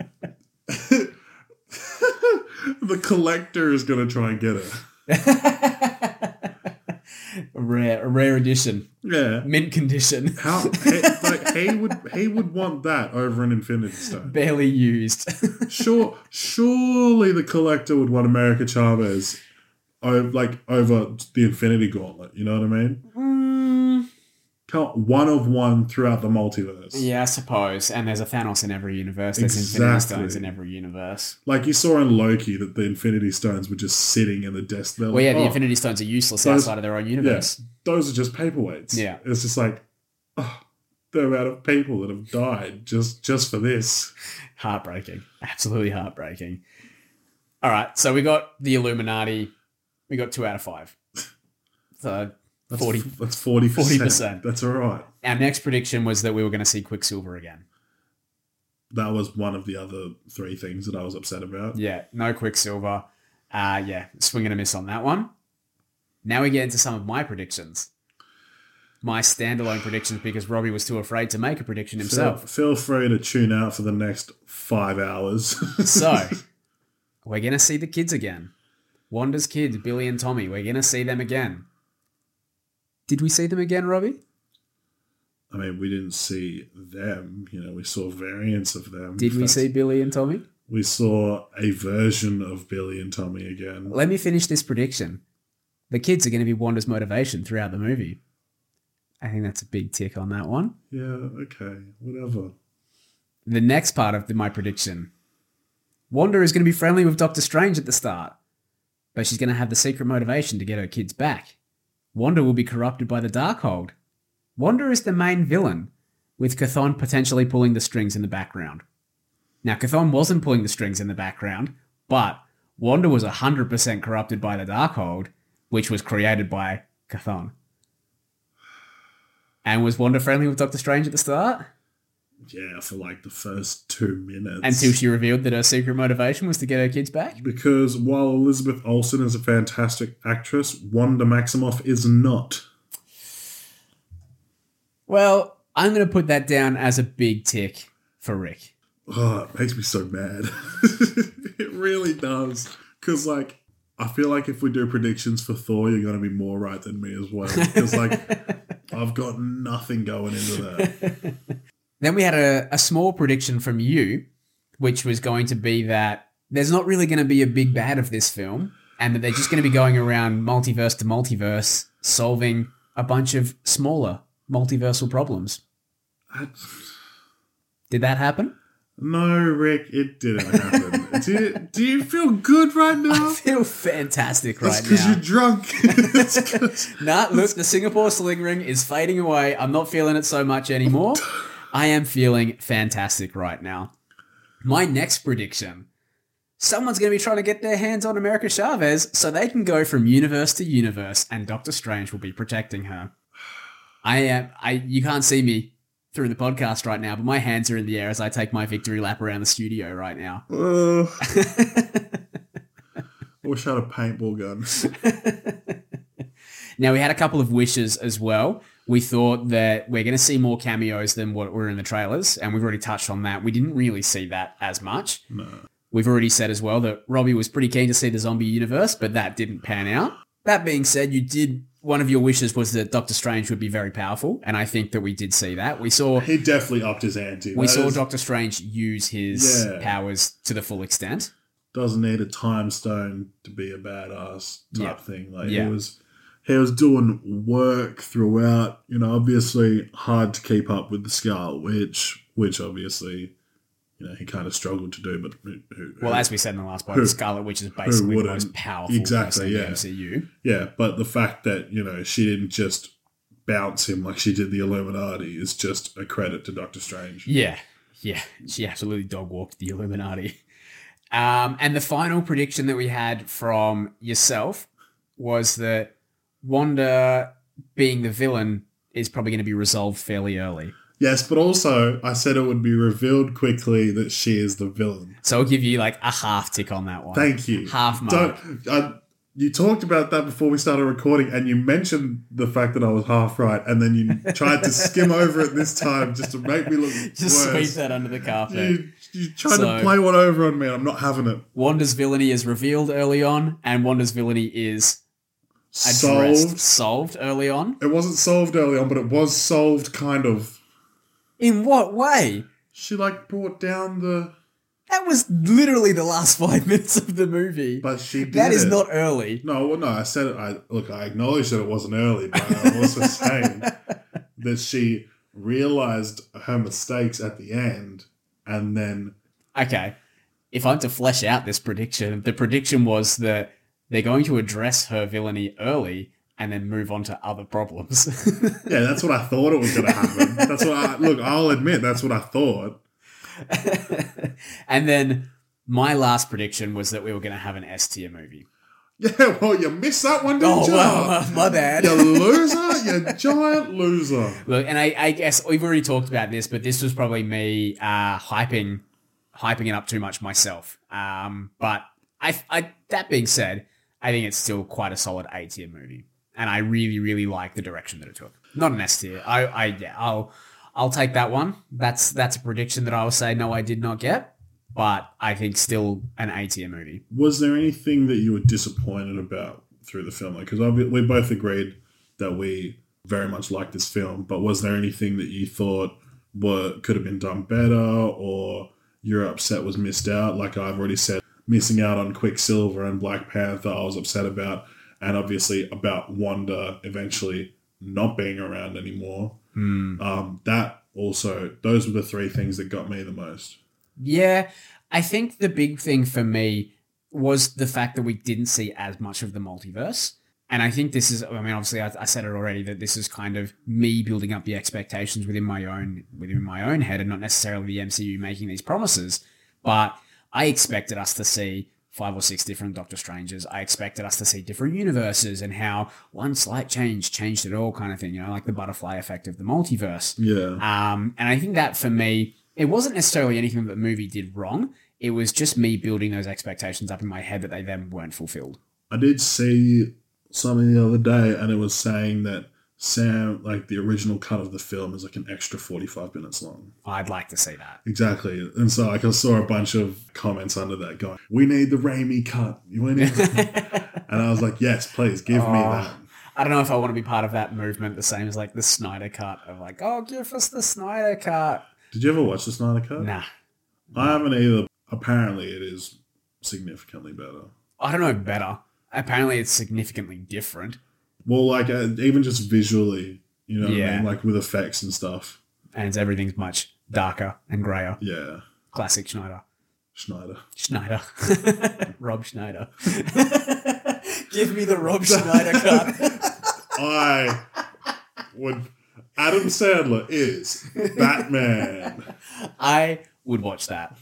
Speaker 2: the collector is gonna try and get her
Speaker 1: rare, a rare edition,
Speaker 2: Yeah.
Speaker 1: mint condition,
Speaker 2: How he, like he would he would want that over an Infinity Stone.
Speaker 1: barely used.
Speaker 2: Sure, surely the collector would want America Chavez over like over the Infinity Gauntlet. You know what I mean?
Speaker 1: Mm,
Speaker 2: Count one of one throughout the multiverse.
Speaker 1: yeah, I suppose. And there's a Thanos in every universe. There's Infinity
Speaker 2: Exactly.
Speaker 1: Stones in every universe.
Speaker 2: Like you saw in Loki that the Infinity Stones were just sitting in the desk. They're
Speaker 1: Well, yeah,
Speaker 2: like,
Speaker 1: the
Speaker 2: "Oh,
Speaker 1: Infinity Stones are useless
Speaker 2: Those-
Speaker 1: outside of their own universe.
Speaker 2: those are just paperweights.
Speaker 1: Yeah.
Speaker 2: It's just like oh, the amount of people that have died just just for this.
Speaker 1: Heartbreaking. Absolutely heartbreaking. All right, so we got the Illuminati. We got two out of five. So
Speaker 2: That's
Speaker 1: 40.
Speaker 2: That's forty
Speaker 1: 40%.
Speaker 2: percent. That's all right.
Speaker 1: our next prediction was that we were going to see Quicksilver again.
Speaker 2: that was one of the other three things that I was upset about.
Speaker 1: Yeah, no Quicksilver. Uh, yeah, swing and a miss on that one. Now we get into some of my predictions. My standalone predictions because Robbie was too afraid to make a prediction himself.
Speaker 2: Feel, feel free to tune out for the next five hours.
Speaker 1: so we're going to see the kids again. Wanda's kids, Billy and Tommy. We're going to see them again. Did we see them again, Robbie?
Speaker 2: I mean, we didn't see them. You know, we saw variants of them.
Speaker 1: Did we
Speaker 2: That's-
Speaker 1: see Billy and Tommy?
Speaker 2: We saw a version of Billy and Tommy again.
Speaker 1: Let me finish this prediction. The kids are going to be Wanda's motivation throughout the movie. I think that's a big tick on that one.
Speaker 2: Yeah, okay, whatever.
Speaker 1: The next part of the- my prediction Wanda is going to be friendly with Doctor Strange at the start, but she's going to have the secret motivation to get her kids back. Wanda will be corrupted by the Darkhold. Wanda is the main villain, with Cathon potentially pulling the strings in the background. Now, Cathon wasn't pulling the strings in the background, but Wanda was 100% corrupted by the Darkhold, which was created by Cathon. And was Wanda friendly with Doctor Strange at the start?
Speaker 2: Yeah, for like the first two minutes.
Speaker 1: Until she revealed that her secret motivation was to get her kids back?
Speaker 2: Because while Elizabeth Olsen is a fantastic actress, Wanda Maximoff is not.
Speaker 1: Well, I'm going to put that down as a big tick for Rick.
Speaker 2: Oh, it makes me so mad. it really does. Because, like, I feel like if we do predictions for Thor, you're going to be more right than me as well. Because, like, I've got nothing going into that.
Speaker 1: Then we had a, a small prediction from you, which was going to be that there's not really going to be a big bad of this film, and that they're just going to be going around multiverse to multiverse, solving a bunch of smaller multiversal problems.
Speaker 2: I-
Speaker 1: Did that happen?
Speaker 2: no, Rick, it didn't happen. do, you, do you feel good right
Speaker 1: I
Speaker 2: now?
Speaker 1: feel fantastic
Speaker 2: That's
Speaker 1: right
Speaker 2: because
Speaker 1: now.
Speaker 2: you're drunk. It's 'cause-
Speaker 1: Nah, look, the Singapore sling ring is fading away. I'm not feeling it so much anymore. I am feeling fantastic right now. My next prediction someone's going to be trying to get their hands on America Chavez so they can go from universe to universe and Doctor Strange will be protecting her. I am, I, you can't see me through the podcast right now, but my hands are in the air as I take my victory lap around the studio right now.
Speaker 2: Ugh, I wish I had a paintball gun.
Speaker 1: Now we had a couple of wishes as well. We thought that we're going to see more cameos than what were in the trailers, and we've already touched on that. We didn't really see that as much. We've already said as well that Robbie was pretty keen to see the zombie universe, but that didn't pan out. That being said, you did one of your wishes was that Doctor Strange would be very powerful, and I think that we did see that. We saw
Speaker 2: He definitely upped his ante.
Speaker 1: we
Speaker 2: That
Speaker 1: saw
Speaker 2: is-
Speaker 1: Doctor Strange use his
Speaker 2: Yeah.
Speaker 1: powers to the full extent.
Speaker 2: doesn't need a time stone to be a badass type thing. Like
Speaker 1: Yeah.
Speaker 2: he was he was doing work throughout, you know, obviously hard to keep up with the Scarlet Witch, which obviously, you know, he kind of struggled to do, but who, who,
Speaker 1: Well,
Speaker 2: who-
Speaker 1: as we said in the last part,
Speaker 2: Who-
Speaker 1: Scarlet Witch is basically the
Speaker 2: wouldn't?
Speaker 1: most powerful
Speaker 2: Exactly, yeah.
Speaker 1: person in the MCU.
Speaker 2: yeah, but the fact that, you know, she didn't just bounce him like she did the Illuminati is just a credit to Doctor Strange.
Speaker 1: Yeah, yeah, she absolutely dog walked the Illuminati. Um, and the final prediction that we had from yourself was that Wanda being the villain is probably going to be resolved fairly early.
Speaker 2: Yes, but also I said it would be revealed quickly that she is the villain.
Speaker 1: So I'll give you like a half tick on that one.
Speaker 2: Thank you.
Speaker 1: half mark.
Speaker 2: Don't. I, you talked about that before we started recording, and you mentioned the fact that I was half right, and then you tried to skim over it this time just to make me look
Speaker 1: Just
Speaker 2: worse.
Speaker 1: sweep that under the carpet.
Speaker 2: You, you tried
Speaker 1: So-
Speaker 2: to play one over on me, and I'm not having it.
Speaker 1: Wanda's villainy is revealed early on, and Wanda's villainy is addressed,
Speaker 2: Solved.
Speaker 1: solved early on.
Speaker 2: It wasn't solved early on, but it was solved kind of.
Speaker 1: In what way?
Speaker 2: She like brought down the,
Speaker 1: That was literally the last five minutes of the movie.
Speaker 2: but she did
Speaker 1: that is
Speaker 2: it.
Speaker 1: not early.
Speaker 2: No, well, no. I said it. I look. I acknowledge that it wasn't early, but I'm also saying that she realized her mistakes at the end, and then
Speaker 1: Okay. If I'm to flesh out this prediction, the prediction was that they're going to address her villainy early and then move on to other problems.
Speaker 2: yeah, that's what I thought it was going to happen. That's what I look. I'll admit that's what I thought.
Speaker 1: and then my last prediction was that we were going to have an S tier movie.
Speaker 2: Yeah, well, you missed that one, didn't
Speaker 1: Oh,
Speaker 2: you?
Speaker 1: well, my bad.
Speaker 2: You loser, you giant loser.
Speaker 1: Look, and I, I guess we've already talked about this, but this was probably me uh, hyping, hyping it up too much myself. Um, but I, I, that being said, I think it's still quite a solid A tier movie, and I really, really like the direction that it took. Not an S tier. I, I, yeah, I'll, I'll take that one. That's that's a prediction that I will say no, I did not get, but I think still an A tier movie.
Speaker 2: Was there anything that you were disappointed about through the film? Because we both agreed that we very much liked this film, but was there anything that you thought were could have been done better, or you're upset was missed out? Like I've already said, missing out on Quicksilver and Black Panther, I was upset about, and obviously about Wanda eventually not being around anymore.
Speaker 1: Hmm.
Speaker 2: Um, that also, those were the three things that got me the most.
Speaker 1: Yeah, I think the big thing for me was the fact that we didn't see as much of the multiverse. And I think this is, I mean, obviously, I, I said it already that this is kind of me building up the expectations within my own within my own head, and not necessarily the MCU making these promises. But I expected us to see five or six different Doctor Strangers. I expected us to see different universes and how one slight change changed it all, kind of thing. You know, like the butterfly effect of the multiverse.
Speaker 2: Yeah.
Speaker 1: Um, and I think that for me, it wasn't necessarily anything that the movie did wrong. It was just me building those expectations up in my head that they then weren't fulfilled.
Speaker 2: I did see something the other day, and it was saying that Sam, like the original cut of the film, is like an extra forty-five minutes long.
Speaker 1: I'd like to see that.
Speaker 2: Exactly, and so like I saw a bunch of comments under that going, "We need the Raimi cut. We need," and I was like, "Yes, please give me
Speaker 1: Aw.
Speaker 2: that."
Speaker 1: I don't know if I want to be part of that movement, the same as like the Snyder cut of like, oh, give us the Snyder cut.
Speaker 2: Did you ever watch the Snyder cut?
Speaker 1: Nah,
Speaker 2: I haven't either. Apparently, it is significantly better.
Speaker 1: I don't know better. Apparently, it's significantly different,
Speaker 2: Well, like uh, even just visually, you know, what I
Speaker 1: Yeah.
Speaker 2: mean? like with effects and stuff.
Speaker 1: and it's everything's much darker and grayer.
Speaker 2: Yeah,
Speaker 1: Classic Schneider.
Speaker 2: Schneider.
Speaker 1: Schneider. Rob Schneider. give me the Rob Schneider cut.
Speaker 2: I would. Adam Sandler is Batman.
Speaker 1: I would watch that.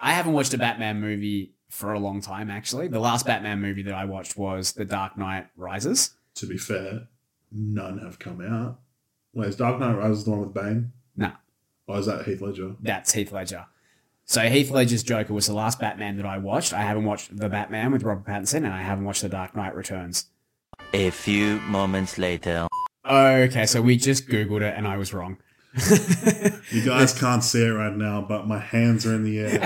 Speaker 1: I haven't watched a Batman movie for a long time, actually. The last Batman movie that I watched was The Dark Knight Rises.
Speaker 2: to be fair, none have come out. Wait, is Dark Knight Rises the one with Bane?
Speaker 1: No.
Speaker 2: Or is that Heath Ledger?
Speaker 1: That's Heath Ledger. So Heath Ledger's Joker was the last Batman that I watched. I haven't watched The Batman with Robert Pattinson, and I haven't watched The Dark Knight Returns.
Speaker 3: A few moments later.
Speaker 1: Okay, so we just Googled it and I was wrong.
Speaker 2: You guys can't see it right now, but my hands are in the air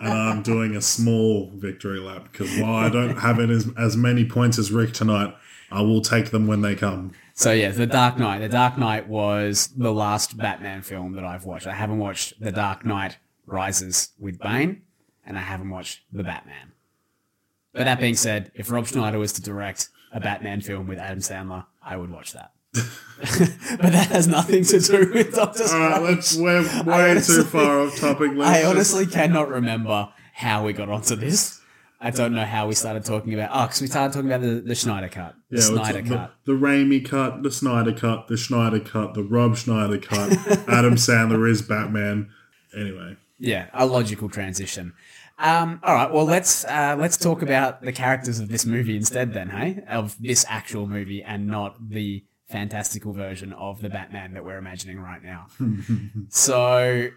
Speaker 2: and I'm doing a small victory lap because while I don't have it as, as many points as Rick tonight, I will take them when they come.
Speaker 1: so yeah, The Dark Knight. The Dark Knight was the last Batman film that I've watched. I haven't watched The Dark Knight Rises with Bane, and I haven't watched The Batman. But that being said, if Rob Schneider was to direct a Batman film with Adam Sandler, I would watch that. but that has nothing to do with Doctor
Speaker 2: All
Speaker 1: Strange.
Speaker 2: right, let's. We're
Speaker 1: I
Speaker 2: way
Speaker 1: honestly-
Speaker 2: too far off topic. Let's
Speaker 1: I
Speaker 2: just-
Speaker 1: honestly cannot remember how we got onto this. I don't know how we started talking about. Oh, because we started talking about the, the Schneider cut. The
Speaker 2: Yeah, we're
Speaker 1: Snyder
Speaker 2: talking
Speaker 1: cut.
Speaker 2: The, the Raimi cut, the Snyder cut, the Schneider cut, the Rob Schneider cut. Adam Sandler is Batman. Anyway,
Speaker 1: Yeah, a logical transition. Um, all right, well let's uh, let's talk about the characters of this movie instead, then, hey, of this actual movie and not the fantastical version of the Batman that we're imagining right now.
Speaker 2: Hmm.
Speaker 1: so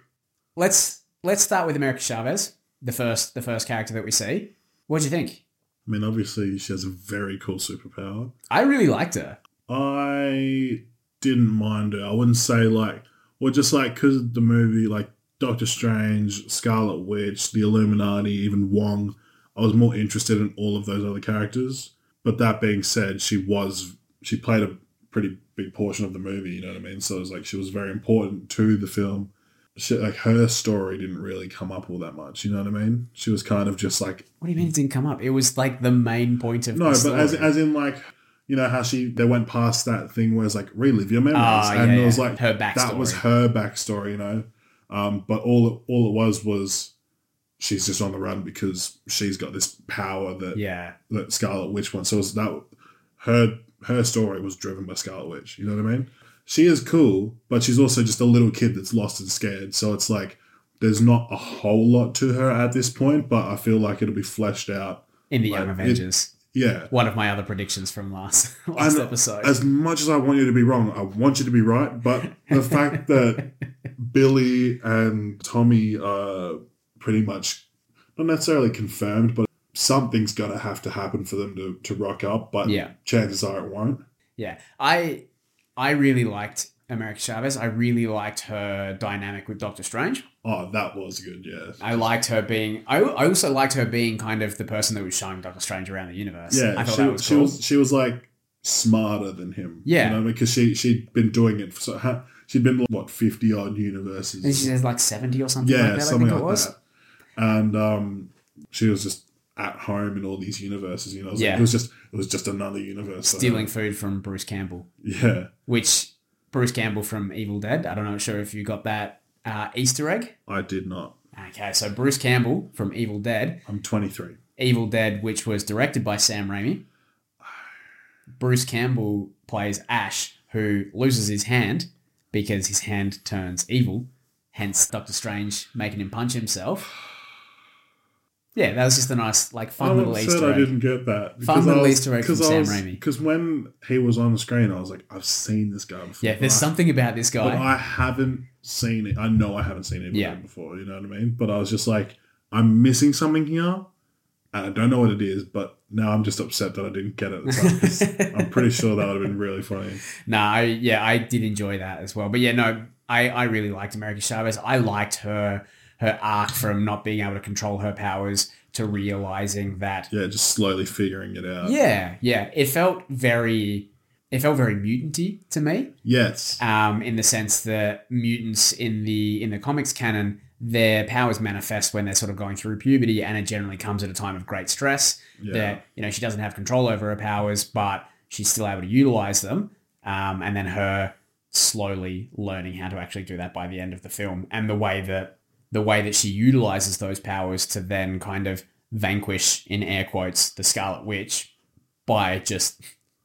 Speaker 1: let's let's start with America Chavez, the first the first character that we see. What do you think?
Speaker 2: I mean, obviously she has a very cool superpower.
Speaker 1: I really liked her.
Speaker 2: I didn't mind her. I wouldn't say like, or just like because the movie, like Doctor Strange, Scarlet Witch, the Illuminati, even Wong. I was more interested in all of those other characters. But that being said, she was she played a pretty big portion of the movie. You know what I mean? So it was like she was very important to the film. She, like her story didn't really come up all that much. You know what I mean? She was kind of just like
Speaker 1: What do you mean it didn't come up? It was like the main point of
Speaker 2: no,
Speaker 1: the
Speaker 2: but
Speaker 1: story.
Speaker 2: as as in like you know how she they went past that thing where it's like relive your memories,
Speaker 1: Ah,
Speaker 2: and
Speaker 1: yeah,
Speaker 2: it was
Speaker 1: yeah.
Speaker 2: like
Speaker 1: her backstory.
Speaker 2: that was her backstory, you know. Um, but all it, all it was was she's just on the run because she's got this power that
Speaker 1: yeah,
Speaker 2: that Scarlet Witch wants. So it was that her her story was driven by Scarlet Witch. You know what I mean? She is cool, but she's also just a little kid that's lost and scared. So it's like there's not a whole lot to her at this point, but I feel like it'll be fleshed out.
Speaker 1: in the
Speaker 2: Like,
Speaker 1: Young
Speaker 2: it-
Speaker 1: Avengers.
Speaker 2: Yeah,
Speaker 1: One of my other predictions from last last
Speaker 2: And
Speaker 1: episode.
Speaker 2: as much as I want you to be wrong, I want you to be right. But the fact that Billy and Tommy are pretty much not necessarily confirmed, but something's gonna have to happen for them to, to rock up. But
Speaker 1: yeah,
Speaker 2: chances are it won't.
Speaker 1: yeah. I I really liked America Chavez. I really liked her dynamic with Doctor Strange.
Speaker 2: Oh, that was good. Yeah,
Speaker 1: I liked her being. I, I also liked her being kind of the person that was showing Doctor Strange around the universe.
Speaker 2: yeah.
Speaker 1: I thought
Speaker 2: she,
Speaker 1: that was
Speaker 2: she
Speaker 1: cool.
Speaker 2: was she was like smarter than him.
Speaker 1: Yeah.
Speaker 2: you know, because she she'd been doing it for so ha- she'd been what fifty odd universes.
Speaker 1: and she says like seventy or something
Speaker 2: yeah,
Speaker 1: like that.
Speaker 2: something
Speaker 1: I think
Speaker 2: like
Speaker 1: it was.
Speaker 2: that. And um, she was just at home in all these universes. You know, it was, like-
Speaker 1: Yeah.
Speaker 2: it was just it was just another universe. for her.
Speaker 1: Stealing food from Bruce Campbell,
Speaker 2: Yeah,
Speaker 1: which Bruce Campbell from Evil Dead. I don't know, sure if you got that uh, Easter egg.
Speaker 2: I did not.
Speaker 1: Okay, so Bruce Campbell from Evil Dead
Speaker 2: I'm 23.
Speaker 1: Evil Dead, which was directed by Sam Raimi. Bruce Campbell plays Ash, who loses his hand because his hand turns evil, hence Doctor Strange making him punch himself. Yeah, that was just a nice, like, fun
Speaker 2: I
Speaker 1: little
Speaker 2: said
Speaker 1: Easter
Speaker 2: I
Speaker 1: egg.
Speaker 2: didn't get that.
Speaker 1: little Easter egg from Sam Raimi.
Speaker 2: Because when he was on the screen, I was like, I've seen this guy before.
Speaker 1: Yeah, there's
Speaker 2: but I-
Speaker 1: something about this
Speaker 2: But
Speaker 1: guy.
Speaker 2: I haven't seen it. I know I haven't seen it
Speaker 1: Yeah.
Speaker 2: before. You know what I mean? But I was just like, I'm missing something here, and I don't know what it is. But now I'm just upset that I didn't get it. At the time, 'cause I'm pretty sure that would have been really funny.
Speaker 1: No, I, yeah, I did enjoy that as well. But yeah, no, I, I really liked America Chavez. I liked her her arc from not being able to control her powers to realizing that
Speaker 2: Yeah, just slowly figuring it out.
Speaker 1: Yeah, yeah. It felt very, it felt very mutanty to me.
Speaker 2: Yes.
Speaker 1: Um, in the sense that mutants in the in the comics canon, their powers manifest when they're sort of going through puberty, and it generally comes at a time of great stress.
Speaker 2: Yeah.
Speaker 1: That you know she doesn't have control over her powers, but she's still able to utilize them. Um, and then her slowly learning how to actually do that by the end of the film, and the way that the way that she utilizes those powers to then kind of vanquish in air quotes the Scarlet Witch by just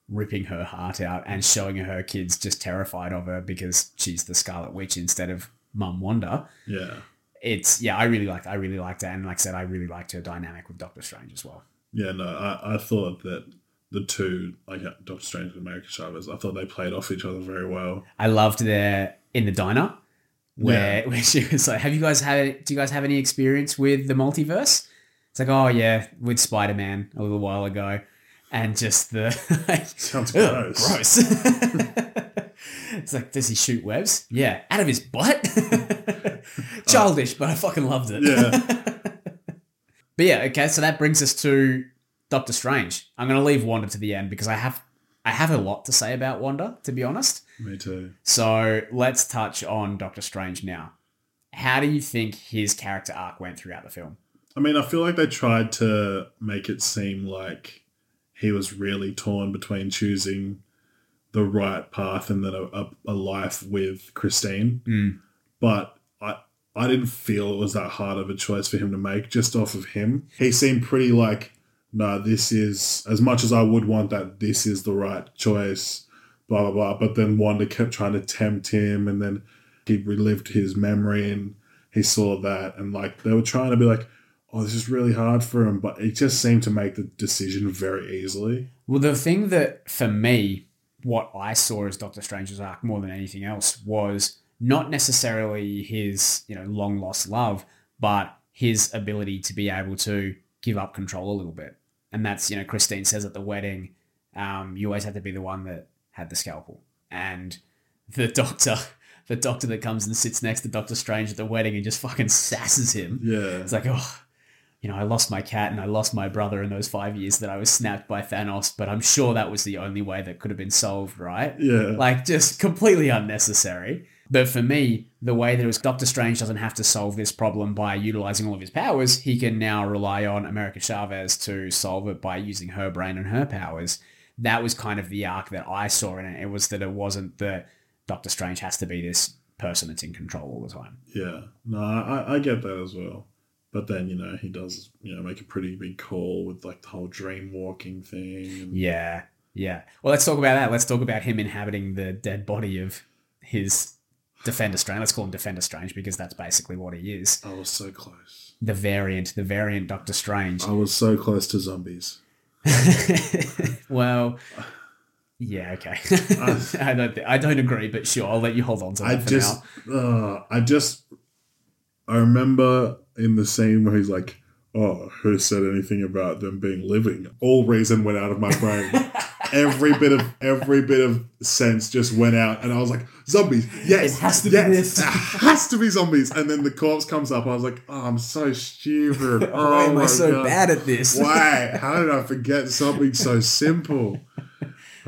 Speaker 1: ripping her heart out and showing her kids just terrified of her because she's the Scarlet Witch instead of Mum Wanda.
Speaker 2: Yeah.
Speaker 1: It's yeah, I really liked I really liked it. And like I said, I really liked her dynamic with Doctor Strange as well.
Speaker 2: Yeah. No, I, I thought that the two, like uh, Doctor Strange and America Chavez, I thought they played off each other very well.
Speaker 1: I loved their in the diner where, where she was like, Have you guys had do you guys have any experience with the multiverse? It's like, oh yeah, with Spider Man a little while ago. and just the
Speaker 2: Sounds
Speaker 1: Ew,
Speaker 2: gross.
Speaker 1: gross. it's like, does he shoot webs? Yeah, out of his butt. Childish, but I fucking loved it.
Speaker 2: Yeah.
Speaker 1: But yeah, okay. So that brings us to Doctor Strange. I'm going to leave Wanda to the end because I have I have a lot to say about Wanda, to be honest.
Speaker 2: Me too.
Speaker 1: So let's touch on Doctor Strange now. How do you think his character arc went throughout the film?
Speaker 2: I mean, I feel like they tried to make it seem like he was really torn between choosing the right path and then a, a, a life with Christine.
Speaker 1: Mm.
Speaker 2: But I I didn't feel it was that hard of a choice for him to make just off of him. He seemed pretty like, no, this is as much as I would want that this is the right choice, blah blah blah. But then Wanda kept trying to tempt him and then he relived his memory and he saw that and like they were trying to be like oh, this is really hard for him, but it just seemed to make the decision very easily.
Speaker 1: Well, the thing that for me, what I saw as Doctor Strange's arc more than anything else was not necessarily his, you know, long lost love, but his ability to be able to give up control a little bit. And that's, you know, Christine says at the wedding, um, you always have to be the one that had the scalpel. And the doctor, the doctor that comes and sits next to Doctor Strange at the wedding and just fucking sasses him.
Speaker 2: Yeah.
Speaker 1: It's like, oh, you know, I lost my cat and I lost my brother in those five years that I was snapped by Thanos, but I'm sure that was the only way that could have been solved, right?
Speaker 2: Yeah.
Speaker 1: Like, just completely unnecessary. But for me, the way that it was Doctor Strange doesn't have to solve this problem by utilizing all of his powers. He can now rely on America Chavez to solve it by using her brain and her powers. That was kind of the arc that I saw in it. It was that it wasn't that Doctor Strange has to be this person that's in control all the time.
Speaker 2: yeah. No, I, I get that as well. But then, you know, he does, you know, make a pretty big call with like the whole dream walking thing. And
Speaker 1: Yeah, yeah. Well, let's talk about that. Let's talk about him inhabiting the dead body of his Defender Strange. Let's call him Defender Strange because that's basically what he is.
Speaker 2: I was so close.
Speaker 1: The variant, the variant Doctor Strange.
Speaker 2: I was so close to zombies.
Speaker 1: well, yeah, okay. I don't, thi- I don't agree, but sure, I'll let you hold on to that
Speaker 2: I
Speaker 1: for
Speaker 2: just,
Speaker 1: now.
Speaker 2: uh, I just, I remember in the scene where he's like, oh, who said anything about them being living? All reason went out of my brain. every bit of every bit of sense just went out, and I was like, zombies. Yes,
Speaker 1: It has to be
Speaker 2: yes,
Speaker 1: this."
Speaker 2: it has to be zombies. And then the corpse comes up. I was like, oh, I'm so stupid.
Speaker 1: Oh,
Speaker 2: Oh,
Speaker 1: am I
Speaker 2: my
Speaker 1: so
Speaker 2: God.
Speaker 1: bad at this?
Speaker 2: Why? How did I forget something so simple?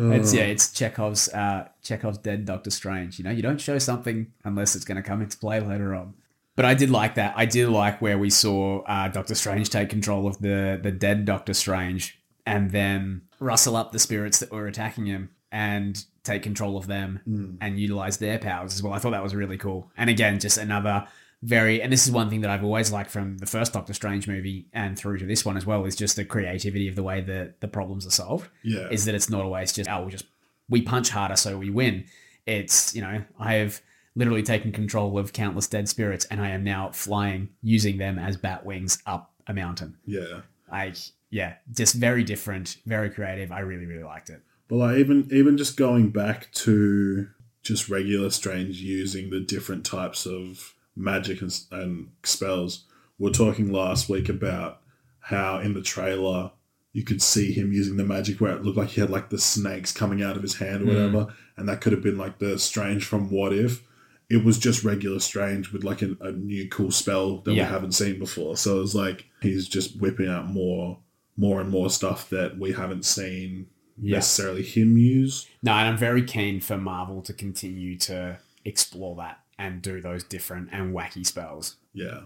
Speaker 1: It's yeah, it's Chekhov's uh, Chekhov's dead Doctor Strange. You know, you don't show something unless it's going to come into play later on. But I did like that. I did like where we saw uh, Doctor Strange take control of the the dead Doctor Strange and then rustle up the spirits that were attacking him and take control of them
Speaker 2: Uh, mm,
Speaker 1: and utilize their powers as well. I thought that was really cool. And again, just another very and this is one thing that I've always liked from the first Doctor Strange movie and through to this one as well is just the creativity of the way that the problems are solved
Speaker 2: Yeah.
Speaker 1: is that it's not always just oh we just we punch harder so we win. It's you know I have literally taken control of countless dead spirits and I am now flying using them as bat wings up a mountain.
Speaker 2: yeah.
Speaker 1: Like yeah, just very different, very creative. I really really liked it.
Speaker 2: But like even even just going back to just regular strange using the different types of magic and, and spells. We are talking last week about how in the trailer you could see him using the magic where it looked like he had like the snakes coming out of his hand or whatever, and that could have been like the strange from What If. It was just regular strange with like a, a new cool spell that
Speaker 1: Yeah.
Speaker 2: we haven't seen before. So it was like he's just whipping out more, more and more stuff that we haven't seen
Speaker 1: Yeah.
Speaker 2: necessarily him use.
Speaker 1: No, and I'm very keen for Marvel to continue to explore that and do those different and wacky spells.
Speaker 2: Yeah.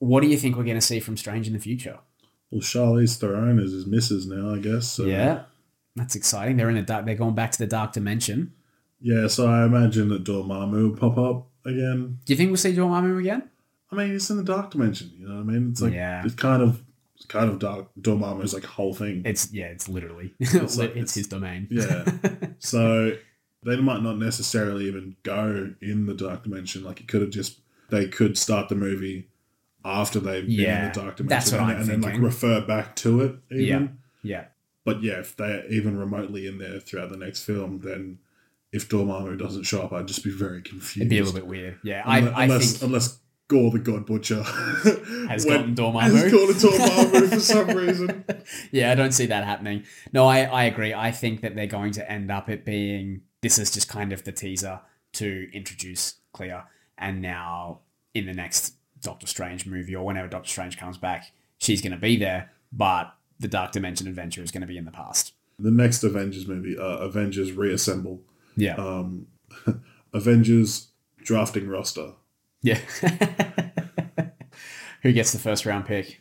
Speaker 1: What do you think we're going to see from Strange in the future?
Speaker 2: Well, Charlize Theron is his missus now, I guess. So.
Speaker 1: yeah. That's exciting. They're in the dark. They're going back to the dark dimension.
Speaker 2: Yeah, so I imagine that Dormammu will pop up again.
Speaker 1: Do you think we'll see Dormammu again?
Speaker 2: I mean, it's in the dark dimension. You know what I mean? It's like
Speaker 1: Yeah.
Speaker 2: it's kind of it's kind of dark. Dormammu's like whole thing.
Speaker 1: It's yeah, it's literally it's,
Speaker 2: like- it's-
Speaker 1: his domain.
Speaker 2: yeah. so they might not necessarily even go in the dark dimension. Like it could have just they could start the movie after they've been
Speaker 1: Yeah,
Speaker 2: in the dark dimension
Speaker 1: that's what
Speaker 2: and,
Speaker 1: I'm
Speaker 2: and then like
Speaker 1: thinking.
Speaker 2: refer back to it. Even.
Speaker 1: Yeah. yeah,
Speaker 2: But yeah, if they're even remotely in there throughout the next film, then if Dormammu doesn't show up, I'd just be very confused.
Speaker 1: it'd be a little bit weird. Yeah,
Speaker 2: Unle-
Speaker 1: I, I
Speaker 2: unless
Speaker 1: think
Speaker 2: unless Gore the God Butcher has
Speaker 1: gotten Dormammu.
Speaker 2: Has gotten Dormammu for some reason.
Speaker 1: yeah, I don't see that happening. No, I, I agree. I think that they're going to end up it being this is just kind of the teaser to introduce Clea. And now in the next Doctor Strange movie or whenever Doctor Strange comes back, she's going to be there, but the Dark Dimension adventure is going to be in the past.
Speaker 2: The next Avengers movie, uh, Avengers Reassemble,
Speaker 1: Yeah.
Speaker 2: um, Avengers drafting roster.
Speaker 1: yeah. Who gets the first round pick?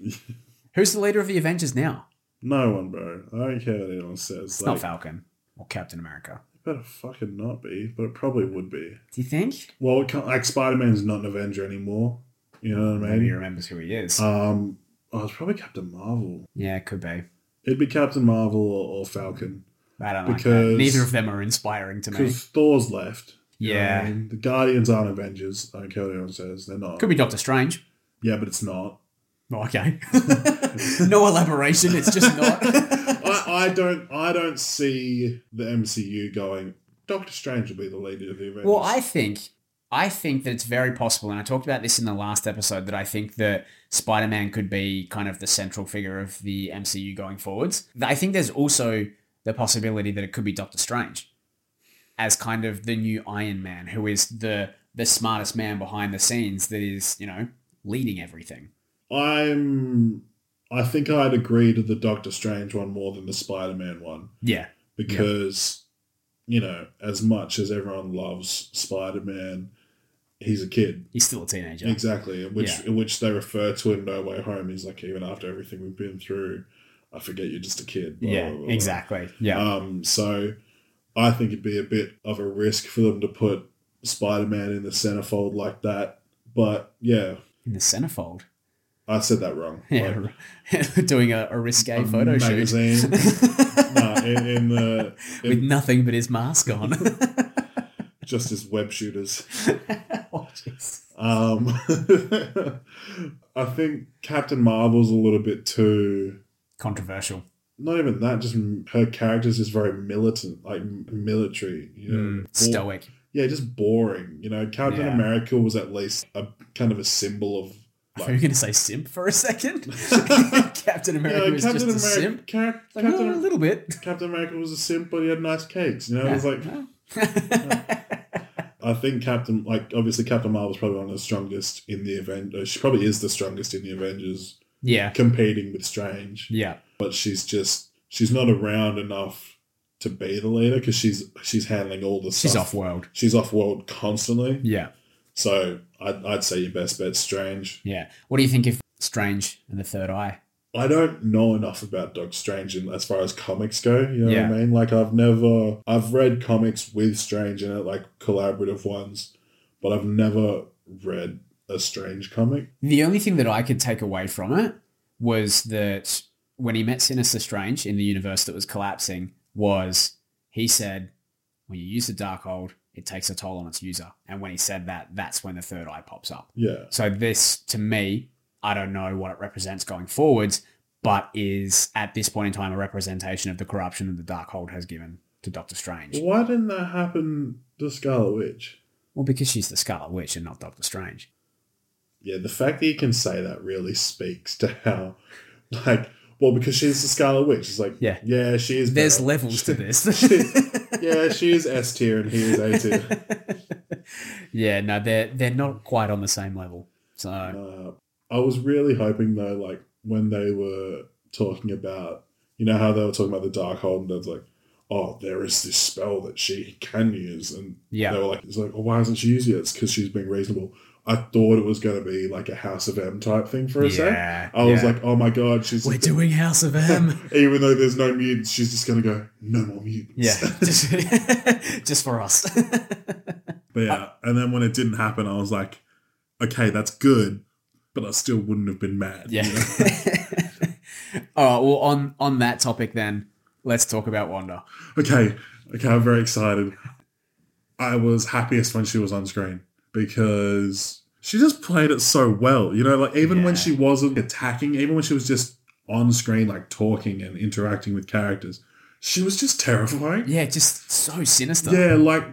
Speaker 1: Who's the leader of the Avengers now?
Speaker 2: No one, bro. I don't care what anyone says.
Speaker 1: It's
Speaker 2: like,
Speaker 1: not Falcon or Captain America.
Speaker 2: it better fucking not be, but it probably would be.
Speaker 1: Do you think?
Speaker 2: Well, it can't, like Spider Man's not an Avenger anymore. You know what I
Speaker 1: Maybe he
Speaker 2: mean?
Speaker 1: remembers who he is.
Speaker 2: Um, oh, it's probably Captain Marvel.
Speaker 1: yeah, could be.
Speaker 2: It'd be Captain Marvel or, or Falcon
Speaker 1: I don't like that.
Speaker 2: Because-
Speaker 1: Neither of them are inspiring to me.
Speaker 2: because Thor's left. You know what I
Speaker 1: Yeah.
Speaker 2: mean? the Guardians aren't Avengers. I don't care what anyone says. They're not.
Speaker 1: Could be Doctor Strange.
Speaker 2: Yeah, but it's not.
Speaker 1: Oh, okay. no elaboration. It's just not.
Speaker 2: I, I don't. I don't see the MCU going. Doctor Strange will be the leader of the Avengers.
Speaker 1: well, I think I think that it's very possible, and I talked about this in the last episode that I think that Spider-Man could be kind of the central figure of the MCU going forwards. I think there's also the possibility that it could be Doctor Strange as kind of the new Iron Man, who is the the smartest man behind the scenes that is, you know, leading everything.
Speaker 2: I'm. I think I'd agree to the Doctor Strange one more than the Spider Man one
Speaker 1: Yeah.
Speaker 2: because, you know, as much as everyone loves Spider Man, he's a kid.
Speaker 1: He's still a teenager.
Speaker 2: Exactly, in which in which they refer to in No Way Home. He's like, even after everything we've been through, I forget you're just a kid. blah,
Speaker 1: Yeah,
Speaker 2: blah, blah, blah.
Speaker 1: exactly. Yeah.
Speaker 2: Um, so I think it'd be a bit of a risk for them to put Spider Man in the centerfold like that. But yeah,
Speaker 1: in the centerfold.
Speaker 2: I said that wrong. Like,
Speaker 1: Yeah. Doing a, a risque
Speaker 2: a
Speaker 1: photo
Speaker 2: magazine.
Speaker 1: shoot.
Speaker 2: no, in, in the
Speaker 1: With
Speaker 2: in
Speaker 1: nothing but his mask on.
Speaker 2: just as web shooters.
Speaker 1: Oh, jeez.
Speaker 2: Um, I think Captain Marvel's a little bit too.
Speaker 1: Controversial.
Speaker 2: Not even that. Just m- her character's just very militant, like m- military. You know,
Speaker 1: Mm,
Speaker 2: Bo-
Speaker 1: stoic.
Speaker 2: Yeah, just boring. You know, Captain
Speaker 1: Yeah.
Speaker 2: America was at least a kind of a symbol of.
Speaker 1: I thought you were
Speaker 2: Like,
Speaker 1: going to say simp for a second. Captain
Speaker 2: Yeah,
Speaker 1: America was just a simp.
Speaker 2: Cap-
Speaker 1: It's Like,
Speaker 2: Captain,
Speaker 1: oh, a little bit.
Speaker 2: Captain America was a simp, but he had nice cakes. You know, it was like I think Captain, like obviously Captain Marvel's probably one of the strongest in the Avengers. She probably is the strongest in the Avengers,
Speaker 1: yeah.
Speaker 2: competing with Strange.
Speaker 1: Yeah.
Speaker 2: But she's just she's not around enough to be the leader because she's she's handling all the
Speaker 1: She's
Speaker 2: stuff.
Speaker 1: off world.
Speaker 2: She's off world constantly.
Speaker 1: Yeah.
Speaker 2: So I'd, I'd say your best bet's Strange.
Speaker 1: Yeah. What do you think of Strange and the Third Eye?
Speaker 2: I don't know enough about Doc Strange in, as far as comics go. You know
Speaker 1: Yeah.
Speaker 2: what I mean? Like I've never I've read comics with Strange in it, like collaborative ones, but I've never read a Strange comic.
Speaker 1: The only thing that I could take away from it was that when he met Sinister Strange in the universe that was collapsing, was he said, "When you use the Darkhold, it takes a toll on its user." And when he said that, that's when the third eye pops up.
Speaker 2: Yeah.
Speaker 1: So this, to me, I don't know what it represents going forwards, but is at this point in time a representation of the corruption that the Darkhold has given to Doctor Strange.
Speaker 2: Why didn't that happen to Scarlet Witch?
Speaker 1: Well, because she's the Scarlet Witch and not Doctor Strange.
Speaker 2: Yeah, the fact that you can say that really speaks to how, like, well, because she's the Scarlet Witch. It's like,
Speaker 1: Yeah.
Speaker 2: yeah, she is.
Speaker 1: There's
Speaker 2: better.
Speaker 1: levels to this.
Speaker 2: yeah, she is S tier and he is A tier.
Speaker 1: yeah, no, they're they're not quite on the same level. So
Speaker 2: Uh, I was really hoping though, like when they were talking about, you know, how they were talking about the Darkhold, and that's like, oh, there is this spell that she can use, and they
Speaker 1: yeah,
Speaker 2: were like, it's like, oh, why hasn't she used it? It's because she's being reasonable. I thought it was going to be like a House of M type thing for a sec.
Speaker 1: yeah.
Speaker 2: I was
Speaker 1: yeah.
Speaker 2: like, oh my god, she's
Speaker 1: we're doing House of M.
Speaker 2: even though there's no mutants, she's just going to go, no more mutants.
Speaker 1: yeah, just just for us.
Speaker 2: But yeah, and then when it didn't happen, I was like, okay, that's good, but I still wouldn't have been mad.
Speaker 1: yeah.
Speaker 2: you know?
Speaker 1: All right. Well, on on that topic, then let's talk about Wanda.
Speaker 2: Okay, okay, I'm very excited. I was happiest when she was on screen because she just played it so well. You know, like even when
Speaker 1: Yeah.
Speaker 2: she wasn't attacking, even when she was just on screen, like talking and interacting with characters, she was just terrifying.
Speaker 1: Yeah, just so sinister.
Speaker 2: Yeah, like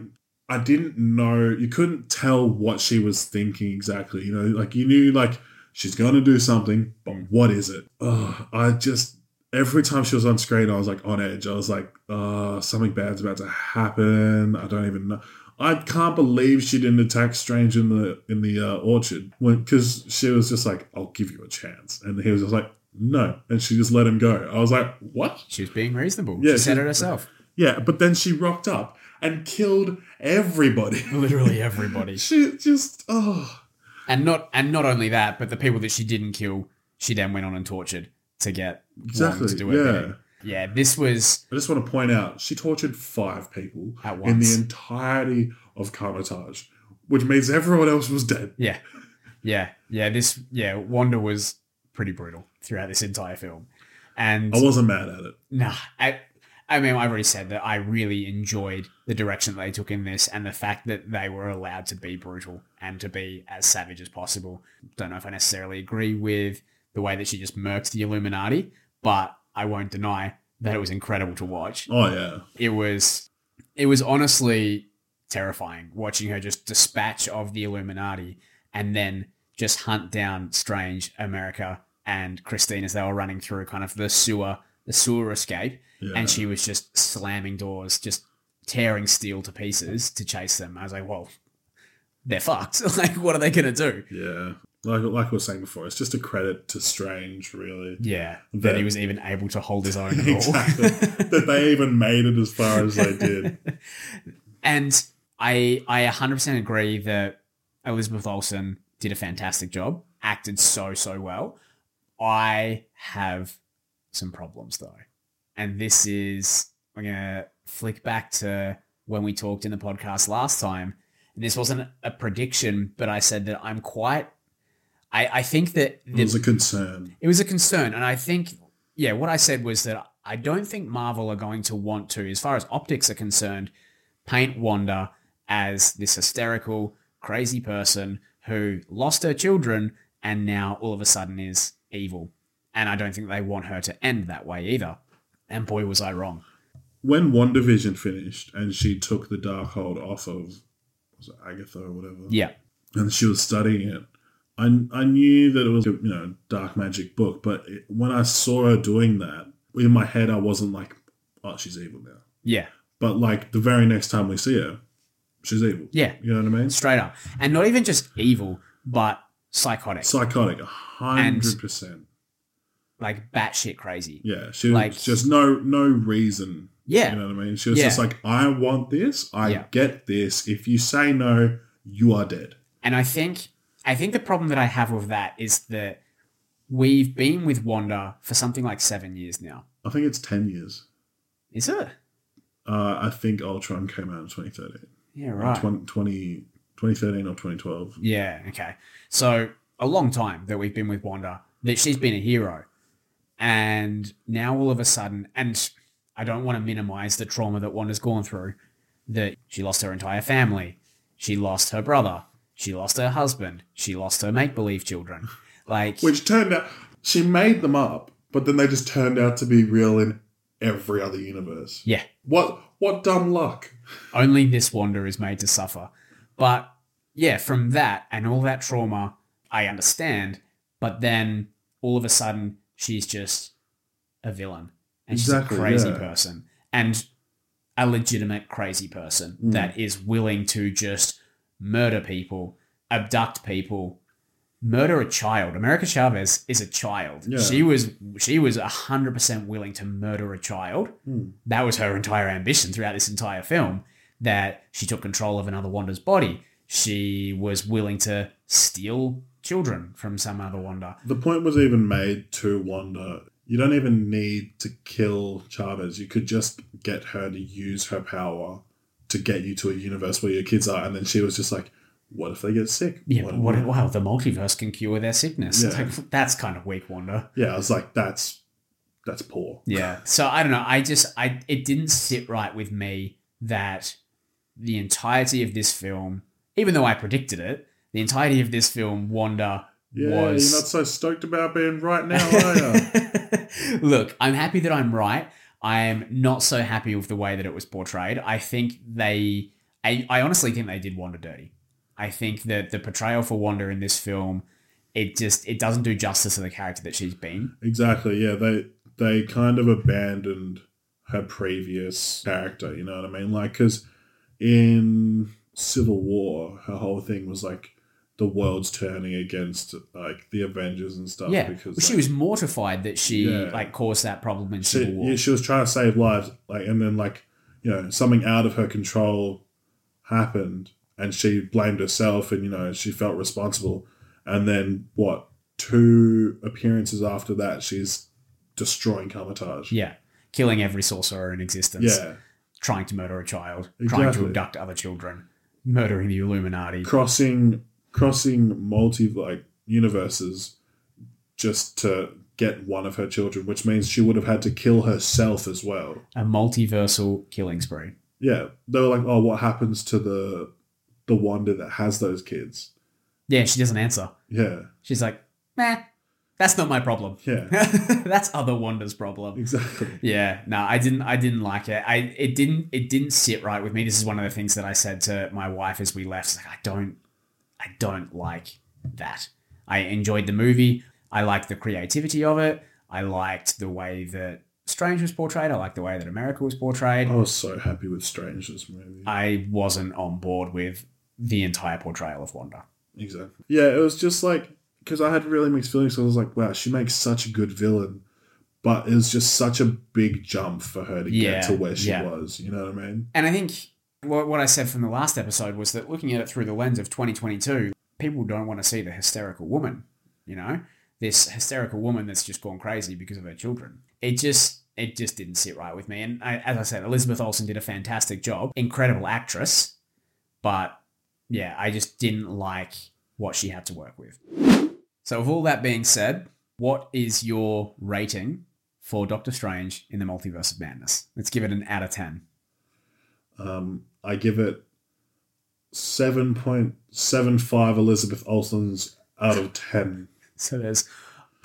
Speaker 2: I didn't know. You couldn't tell what she was thinking exactly. You know, like you knew like she's going to do something, but what is it? Ugh, I just every time she was on screen, I was like on edge. I was like, uh, something bad's about to happen. I don't even know. I can't believe she didn't attack Strange in the in the uh, orchard because she was just like, "I'll give you a chance," and he was just like, "No," and she just let him go. I was like, "What?"
Speaker 1: She was being reasonable.
Speaker 2: Yeah,
Speaker 1: she said
Speaker 2: she-
Speaker 1: it herself.
Speaker 2: Yeah, but then she rocked up and killed everybody.
Speaker 1: Literally everybody.
Speaker 2: she just oh
Speaker 1: And not and not only that, but the people that she didn't kill, she then went on and tortured to get
Speaker 2: exactly
Speaker 1: Wong to do her
Speaker 2: yeah.
Speaker 1: bidding. Yeah, this was
Speaker 2: I just want to point out she tortured five people
Speaker 1: At
Speaker 2: in the
Speaker 1: once.
Speaker 2: entirety of Carmitage, which means everyone else was dead.
Speaker 1: yeah, yeah, yeah. This yeah, Wanda was pretty brutal throughout this entire film, and
Speaker 2: I wasn't mad at it.
Speaker 1: Nah, I, I mean, I've already said that I really enjoyed the direction that they took in this and the fact that they were allowed to be brutal and to be as savage as possible. Don't know if I necessarily agree with the way that she just murked the Illuminati, but I won't deny that it was incredible to watch.
Speaker 2: Oh yeah,
Speaker 1: It was, it was honestly terrifying watching her just dispatch of the Illuminati and then just hunt down Strange, America, and Christine as they were running through kind of the sewer, the sewer escape
Speaker 2: yeah.
Speaker 1: and she was just slamming doors, just tearing steel to pieces to chase them. I was like, well, they're fucked. like, what are they gonna do?
Speaker 2: yeah. Like, like we were saying before, it's just a credit to Strange, really.
Speaker 1: Yeah, that
Speaker 2: That-
Speaker 1: he was even able to hold his own at all.
Speaker 2: exactly. that they even made it as far as they did.
Speaker 1: and I, I 100% agree that Elizabeth Olsen did a fantastic job, acted so so well. I have some problems though, and this is I'm gonna flick back to when we talked in the podcast last time, and this wasn't a prediction, but I said that I'm quite. I, I think that
Speaker 2: It was a concern.
Speaker 1: it was a concern, and I think, yeah, what I said was that I don't think Marvel are going to want to, as far as optics are concerned, paint Wanda as this hysterical, crazy person who lost her children and now all of a sudden is evil. And I don't think they want her to end that way either. And boy, was I wrong.
Speaker 2: When WandaVision finished and she took the Darkhold off of was it Agatha or whatever,
Speaker 1: Yeah,
Speaker 2: and she was studying it. I, I knew that it was you know dark magic book, but it, when I saw her doing that in my head, I wasn't like, oh, she's evil now.
Speaker 1: yeah,
Speaker 2: But like the very next time we see her, she's evil.
Speaker 1: yeah.
Speaker 2: You know what I mean?
Speaker 1: Straight up. And not even just evil, but psychotic.
Speaker 2: Psychotic, a hundred percent.
Speaker 1: Like batshit crazy.
Speaker 2: Yeah, she was
Speaker 1: Like-
Speaker 2: just no no reason.
Speaker 1: Yeah.
Speaker 2: You know what I mean? She was
Speaker 1: Yeah.
Speaker 2: just like, I want this. I
Speaker 1: Yeah.
Speaker 2: get this. If you say no, you are dead.
Speaker 1: And I think I think the problem that I have with that is that we've been with Wanda for something like seven years now.
Speaker 2: I think it's ten years.
Speaker 1: Is it?
Speaker 2: Uh, I think Ultron came out in 2013,
Speaker 1: Yeah, right.
Speaker 2: 20, 20 2013 or 2012.
Speaker 1: Yeah, okay. So a long time that we've been with Wanda, that she's been a hero. And now all of a sudden, and I don't want to minimize the trauma that Wanda's gone through, that she lost her entire family. She lost her brother. She lost her husband. She lost her make-believe children. Like,
Speaker 2: Which turned out, she made them up, but then they just turned out to be real in every other universe.
Speaker 1: yeah.
Speaker 2: What what dumb luck.
Speaker 1: only this Wanda is made to suffer. But yeah, from that and all that trauma, I understand. But then all of a sudden, she's just a villain and
Speaker 2: Exactly,
Speaker 1: she's a crazy
Speaker 2: yeah.
Speaker 1: person and a legitimate crazy person
Speaker 2: Mm.
Speaker 1: that is willing to just murder people, abduct people, murder a child. America Chavez is a child.
Speaker 2: Yeah.
Speaker 1: She was she was hundred percent willing to murder a child
Speaker 2: Hmm.
Speaker 1: that was her entire ambition throughout this entire film that she took control of another Wanda's body. She was willing to steal children from some other Wanda.
Speaker 2: The point was even made to Wanda. You don't even need to kill Chavez. You could just get her to use her power to get you to a universe where your kids are. And then she was just like, what if they get sick?
Speaker 1: Yeah, but what, wow, the multiverse can cure their sickness.
Speaker 2: Yeah.
Speaker 1: Like, that's kind of weak, Wanda.
Speaker 2: Yeah, I was like, that's that's poor.
Speaker 1: Yeah. So I don't know. I just, I it didn't sit right with me that the entirety of this film, even though I predicted it, the entirety of this film, Wanda
Speaker 2: Yeah,
Speaker 1: was
Speaker 2: you're not so stoked about being right now, are you?
Speaker 1: Look, I'm happy that I'm right. I am not so happy with the way that it was portrayed. I think they I, I honestly think they did Wanda dirty. I think that the portrayal for Wanda in this film, it just it doesn't do justice to the character that she's been.
Speaker 2: Exactly. Yeah, they they kind of abandoned her previous character. You know what I mean? Like, because in Civil War, her whole thing was like the world's turning against like the Avengers and stuff.
Speaker 1: yeah,
Speaker 2: because
Speaker 1: Well, she
Speaker 2: like,
Speaker 1: was mortified that she
Speaker 2: Yeah.
Speaker 1: like caused that problem in
Speaker 2: she,
Speaker 1: Civil War.
Speaker 2: yeah, she was trying to save lives, like, and then like you know something out of her control happened, and she blamed herself, and you know she felt responsible, and then what? Two appearances after that, she's destroying Kamertage.
Speaker 1: yeah, killing every sorcerer in existence,
Speaker 2: Yeah,
Speaker 1: trying to murder a child, trying to
Speaker 2: Exactly.
Speaker 1: abduct other children, murdering the Illuminati.
Speaker 2: crossing crossing multi like universes just to get one of her children, which means she would have had to kill herself as well.
Speaker 1: a multiversal killing spree.
Speaker 2: Yeah, they were like, "Oh, what happens to the the wonder that has those kids?"
Speaker 1: Yeah, she doesn't answer.
Speaker 2: Yeah,
Speaker 1: She's like, nah, that's not my problem.
Speaker 2: yeah,
Speaker 1: that's other Wanda's problem.
Speaker 2: exactly.
Speaker 1: Yeah, no, I didn't. I didn't like it. I it didn't. It didn't sit right with me. This is one of the things that I said to my wife as we left. It's Like, I don't, I don't like that. I enjoyed the movie. I liked the creativity of it. I liked the way that Strange was portrayed. I liked the way that America was portrayed.
Speaker 2: I was so happy with Strange this movie.
Speaker 1: I wasn't on board with the entire portrayal of Wanda.
Speaker 2: Exactly. Yeah, it was just like because I had really mixed feelings. So I was like, "Wow, she makes such a good villain," but it was just such a big jump for her to
Speaker 1: Yeah,
Speaker 2: get to where she
Speaker 1: yeah.
Speaker 2: was. You know what I mean?
Speaker 1: And I think what, what I said from the last episode was that looking at it through the lens of 2022, people don't want to see the hysterical woman, you know, this hysterical woman that's just gone crazy because of her children. It just it just didn't sit right with me. And I, as I said, Elizabeth Olsen did a fantastic job, incredible actress, but yeah, I just didn't like what she had to work with. So, with all that being said, what is your rating for Doctor Strange in the Multiverse of Madness? Let's give it an out of ten.
Speaker 2: Um, I give it seven point seven five Elizabeth Olsen's out of ten.
Speaker 1: So there's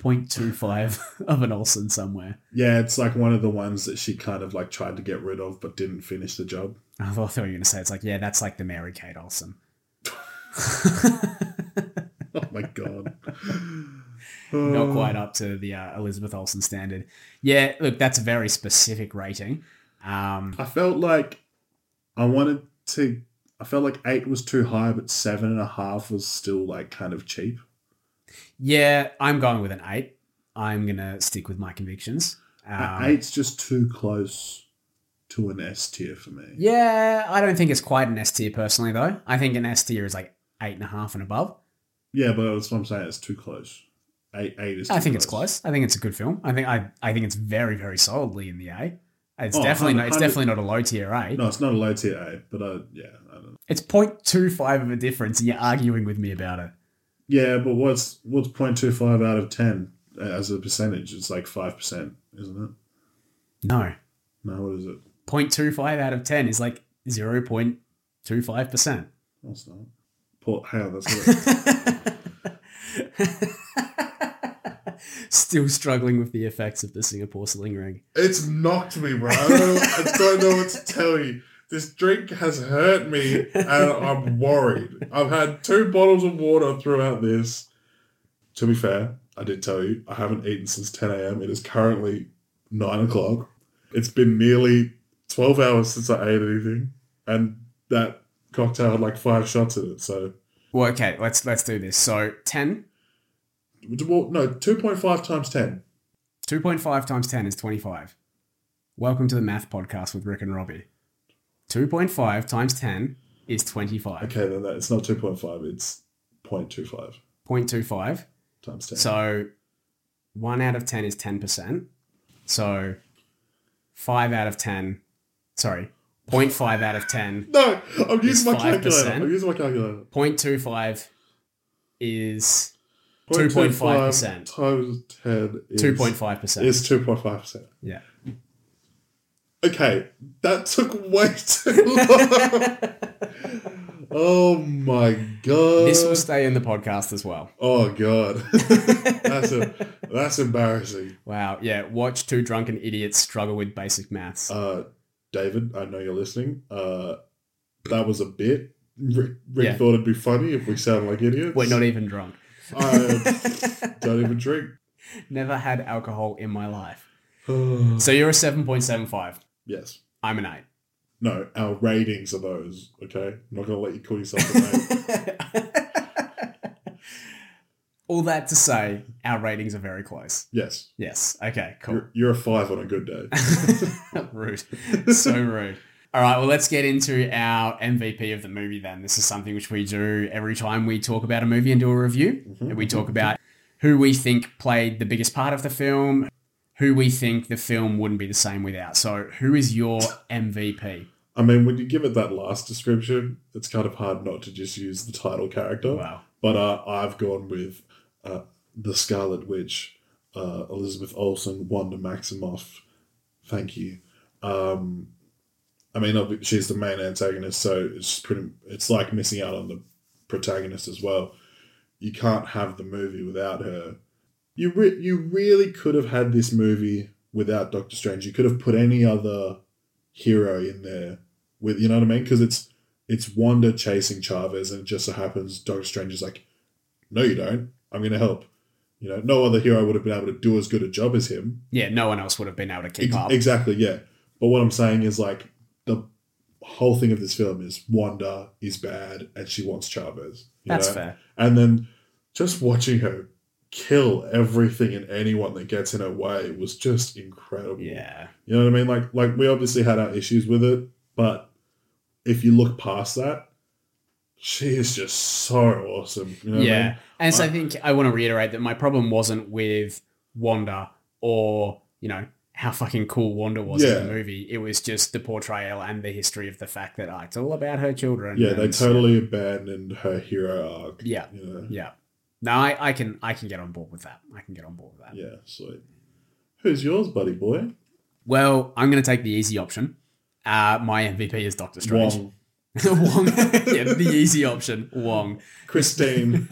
Speaker 1: 0.25 of an Olsen somewhere.
Speaker 2: Yeah, it's like one of the ones that she kind of like tried to get rid of but didn't finish the job.
Speaker 1: I thought you were going to say it's like, yeah, that's like the Mary Kate Olsen.
Speaker 2: Oh my god. Um,
Speaker 1: Not quite up to the uh, Elizabeth Olsen standard. Yeah, look, that's a very specific rating. Um,
Speaker 2: I felt like I wanted to I felt like eight was too high, but seven and a half was still like kind of cheap.
Speaker 1: yeah, I'm going with an 8. I'm going to stick with my convictions.
Speaker 2: Uh,
Speaker 1: Um,
Speaker 2: Eight's just too close to an S tier for me.
Speaker 1: Yeah, I don't think it's quite an S tier personally, though. I think an S tier is like 8.5 and above.
Speaker 2: Yeah, but that's what I'm saying. It's too close. Eight, eight is. Too
Speaker 1: I think it's close. I think it's a good film. I think I, I think it's very very solidly in the A. It's
Speaker 2: Oh,
Speaker 1: definitely not, it's
Speaker 2: 100
Speaker 1: definitely not a low tier A.
Speaker 2: No, it's not a low tier eight, but I, yeah, I don't know.
Speaker 1: It's 0.25 of a difference, and you're arguing with me about it.
Speaker 2: Yeah, but what's what's 0.25 out of ten as a percentage? It's like five percent, isn't it?
Speaker 1: No,
Speaker 2: No, what is it?
Speaker 1: 0.25 out of 10 is like 0.25 percent.
Speaker 2: No, it's not. Paul, hang on, that's not it.
Speaker 1: Still struggling with the effects of the Singapore sling ring.
Speaker 4: It's knocked me, bro. I don't, I don't know what to tell you. This drink has hurt me, and I'm worried. I've had two bottles of water throughout this.
Speaker 2: to be fair, I did tell you I haven't eaten since 10 a.m. It is currently nine o'clock. It's been nearly 12 hours since I ate anything, and that cocktail had like five shots in it. So,
Speaker 1: Well, okay, let's let's do this. So 10,
Speaker 2: well, no, 2.5 times 10.
Speaker 1: 2.5 times 10 is 25. Welcome to the math podcast with Rick and Robbie. 2.5 times 10 is 25.
Speaker 2: Okay, then that, it's not 2.5; it's 0.25
Speaker 1: 0.25.
Speaker 2: times 10.
Speaker 1: So 1 out of 10 is 10%. So 5 out of 10, sorry, 0.5 out of 10.
Speaker 2: no, I'm
Speaker 1: It's
Speaker 2: using my
Speaker 1: 5%.
Speaker 2: calculator. I'm using my calculator.
Speaker 1: 0.25 is 2.5%.
Speaker 2: times 10 is
Speaker 1: 2.5%.
Speaker 2: is 2.5%.
Speaker 1: yeah.
Speaker 2: Okay, that took way too long. oh my god.
Speaker 1: This will stay in the podcast as well.
Speaker 2: oh god. that's a, that's embarrassing.
Speaker 1: Wow. Yeah. Watch two drunken idiots struggle with basic maths.
Speaker 2: Uh David, I know you're listening. Uh That was a bit. Rick, Rick
Speaker 1: Yeah.
Speaker 2: thought it'd be funny if we sound like idiots.
Speaker 1: We're not even drunk.
Speaker 2: I don't even drink.
Speaker 1: Never had alcohol in my life. So you're a 7.75.
Speaker 2: yes.
Speaker 1: I'm an 8.
Speaker 2: No, our ratings are those. Okay, I'm not gonna let you call yourself a name.
Speaker 1: All that to say, our ratings are very close.
Speaker 2: yes,
Speaker 1: Yes. Okay, cool.
Speaker 2: you're, you're a five on a good day.
Speaker 1: rude. So rude. All right, well, let's get into our MVP of the movie then. This is something which we do every time we talk about a movie and do a review.
Speaker 2: Mm-hmm.
Speaker 1: And we talk about who we think played the biggest part of the film, who we think the film wouldn't be the same without. So, who is your MVP?
Speaker 2: I mean, when you give it that last description, it's kind of hard not to just use the title character.
Speaker 1: Wow.
Speaker 2: But uh, I've gone with uh, the Scarlet Witch, uh, Elizabeth Olsen, Wanda Maximoff. Thank you. Um, I mean, obvi- she's the main antagonist, so it's pretty. It's like missing out on the protagonist as well. You can't have the movie without her. You re- you really could have had this movie without Doctor Strange. You could have put any other hero in there with you know what I mean? Because it's it's Wanda chasing Chavez, and it just so happens Doctor Strange is like, "No, you don't. I'm going to help." You know, no other hero would have been able to do as good a job as him.
Speaker 1: Yeah, no one else would have been able to keep
Speaker 2: Ex-
Speaker 1: up.
Speaker 2: Exactly, yeah. But what I'm saying is like the whole thing of this film is Wanda is bad and she wants Chavez. you
Speaker 1: That's
Speaker 2: know?
Speaker 1: fair.
Speaker 2: And then just watching her kill everything and anyone that gets in her way was just incredible.
Speaker 1: Yeah.
Speaker 2: You know what I mean? Like like we obviously had our issues with it, but if you look past that, she is just so awesome. You know what I
Speaker 1: yeah.
Speaker 2: mean?
Speaker 1: And so I think I want to reiterate that my problem wasn't with Wanda or, you know, how fucking cool Wanda was
Speaker 2: Yeah.
Speaker 1: in the movie. It was just the portrayal and the history of the fact that oh, it's all about her children.
Speaker 2: Yeah, they
Speaker 1: and-
Speaker 2: totally abandoned her hero arc.
Speaker 1: Yeah.
Speaker 2: You know?
Speaker 1: Yeah. No, I, I can I can get on board with that. I can get on board with that.
Speaker 2: Yeah, sweet. Who's yours, buddy boy?
Speaker 1: Well, I'm going to take the easy option. Uh, my MVP is Doctor Strange.
Speaker 2: Wong.
Speaker 1: Wong. yeah, the easy option. Wong.
Speaker 2: Christine.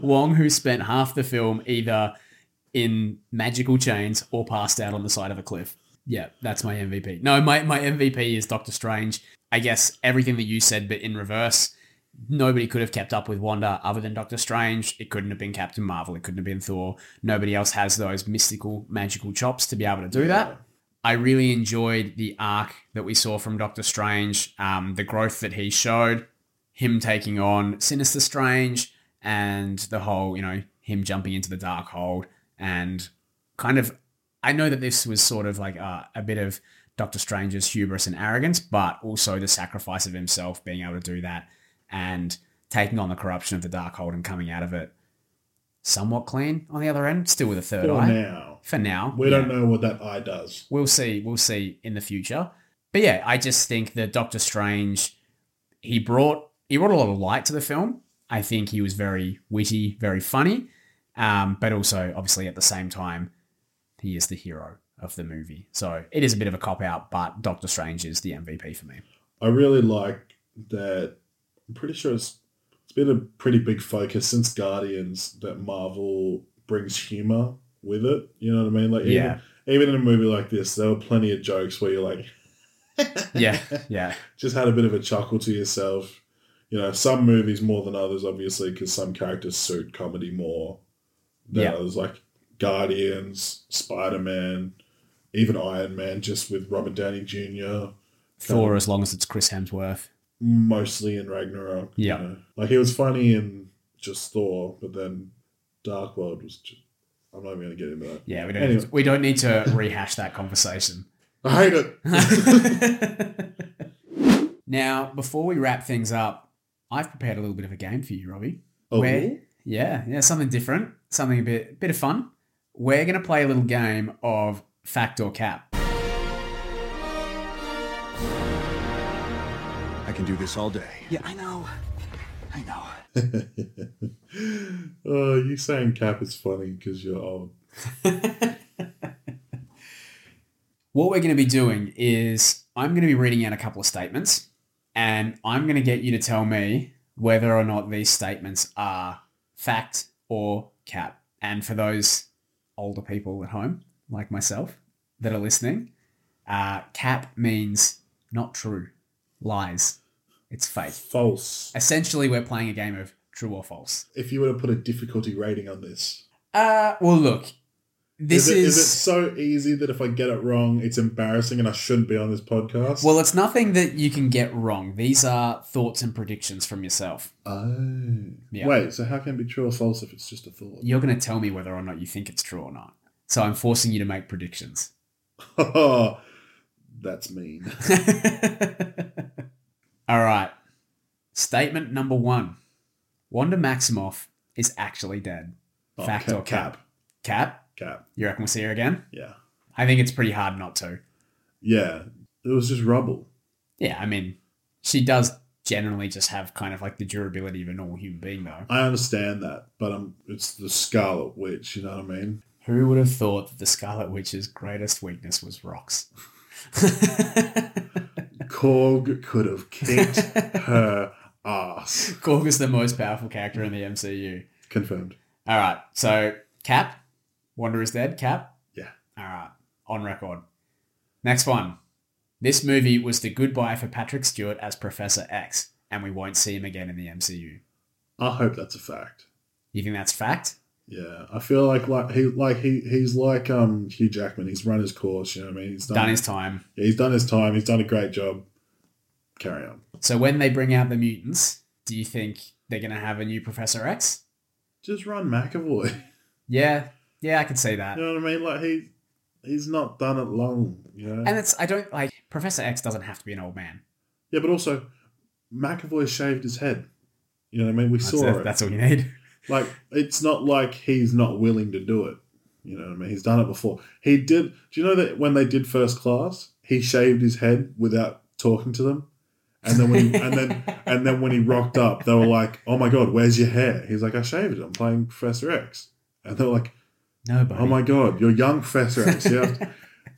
Speaker 1: Wong, who spent half the film either in magical chains or passed out on the side of a cliff. Yeah, that's my MVP. No, my, my MVP is Doctor Strange. I guess everything that you said, but in reverse. Nobody could have kept up with Wanda other than Doctor Strange. It couldn't have been Captain Marvel. It couldn't have been Thor. Nobody else has those mystical, magical chops to be able to do that. I really enjoyed the arc that we saw from Doctor Strange, um, the growth that he showed, him taking on Sinister Strange, and the whole, you know, him jumping into the dark hold and kind of. I know that this was sort of like uh, a bit of Doctor Strange's hubris and arrogance, but also the sacrifice of himself being able to do that and taking on the corruption of the dark hold and coming out of it somewhat clean on the other end, still with a third
Speaker 2: For
Speaker 1: eye.
Speaker 2: now.
Speaker 1: For now.
Speaker 2: We
Speaker 1: yeah
Speaker 2: don't know what that eye does.
Speaker 1: we'll see we'll see in the future but yeah i just think that doctor strange he brought he brought a lot of light to the film i think he was very witty very funny um, but also obviously at the same time he is the hero of the movie so it is a bit of a cop out but doctor strange is the mvp for me
Speaker 2: I really like that. I'm pretty sure it's, it's been a pretty big focus since Guardians that Marvel brings humor with it. You know what I mean? Like, even,
Speaker 1: Yeah.
Speaker 2: even in a movie like this, there were plenty of jokes where you're like,
Speaker 1: yeah yeah
Speaker 2: just had a bit of a chuckle to yourself. You know, some movies more than others, obviously, because some characters suit comedy more than
Speaker 1: Yeah.
Speaker 2: others, like Guardians, Spider Man, even Iron Man, just with Robert Downey Jr.
Speaker 1: thor as long as it's chris hemsworth
Speaker 2: mostly in Ragnarok. you
Speaker 1: Yeah.
Speaker 2: know. Like he was funny in just Thor, but then Dark World was just. I'm not even going to get into that.
Speaker 1: yeah we don't
Speaker 2: Anyway.
Speaker 1: we don't need to rehash that conversation
Speaker 2: I hate it.
Speaker 1: now before we wrap things up i've prepared a little bit of a game for you robbie
Speaker 2: Oh,
Speaker 1: Where, yeah, yeah, something different, something a bit bit of fun. We're gonna play a little game of fact or cap.
Speaker 5: I can do this all day.
Speaker 2: uh, you saying Cap is funny because you're old.
Speaker 1: What we're gonna be doing is I'm gonna be reading out a couple of statements, and I'm gonna get you to tell me whether or not these statements are fact or cap. And for those older people at home, like myself, that are listening, uh, cap means not true, lies, It's faith.
Speaker 2: False.
Speaker 1: Essentially, we're playing a game of true or false.
Speaker 2: If you were to put a difficulty rating on this,
Speaker 1: Uh, well, look, this
Speaker 2: is it,
Speaker 1: is.
Speaker 2: is it so easy that if I get it wrong, it's embarrassing and I shouldn't be on this podcast?
Speaker 1: well, it's nothing that you can get wrong. These are thoughts and predictions from yourself.
Speaker 2: Oh.
Speaker 1: Yeah.
Speaker 2: Wait, so how can it be true or false if it's just a thought?
Speaker 1: You're going to tell me whether or not you think it's true or not. So I'm forcing you to make predictions.
Speaker 2: that's mean.
Speaker 1: All right. Statement number one Wanda Maximoff is actually dead.
Speaker 2: Oh,
Speaker 1: Fact
Speaker 2: cap-
Speaker 1: or cap? Cap?
Speaker 2: Cap.
Speaker 1: You reckon we'll see her again?
Speaker 2: Yeah.
Speaker 1: I think it's pretty hard not to.
Speaker 2: Yeah. It was just rubble.
Speaker 1: Yeah, I mean, she does generally just have kind of like the durability of a normal human being, though.
Speaker 2: I understand that, but um, it's the Scarlet Witch, you know what I mean?
Speaker 1: Who would have thought that the Scarlet Witch's greatest weakness was rocks?
Speaker 2: Korg could have kicked her ass.
Speaker 1: Gorg is the most powerful character in the MCU.
Speaker 2: Confirmed.
Speaker 1: All right. So Cap, Wonder is dead. Cap.
Speaker 2: Yeah.
Speaker 1: All right. On record. Next one. This movie was the goodbye for Patrick Stewart as Professor X, and we won't see him again in the MCU.
Speaker 2: I hope that's a fact.
Speaker 1: You think that's fact?
Speaker 2: Yeah, I feel like like he like he he's like um Hugh Jackman. He's run his course. You know what I mean? He's done,
Speaker 1: Done his time.
Speaker 2: yeah, he's done his time. He's done a great job. Carry on.
Speaker 1: So when they bring out the mutants, do you think they're going to have a new Professor X?
Speaker 2: Just run McAvoy.
Speaker 1: Yeah. Yeah, I can see that.
Speaker 2: You know what I mean? Like he he's not done it long. You know.
Speaker 1: And it's, I don't like, Professor X doesn't have to be an old man.
Speaker 2: yeah, but also McAvoy shaved his head. You know what I mean? We
Speaker 1: That's,
Speaker 2: saw
Speaker 1: it.
Speaker 2: it.
Speaker 1: that's all you need.
Speaker 2: Like it's not like he's not willing to do it. You know what I mean? He's done it before. He did. Do you know that when they did first class, he shaved his head without talking to them, and then when he, and then and then when he rocked up, they were like, "Oh my god, where's your hair?" He's like, "I shaved it. I'm playing Professor X," and they're like,
Speaker 1: No, buddy.
Speaker 2: "Oh my god, you're young Professor X." Yeah.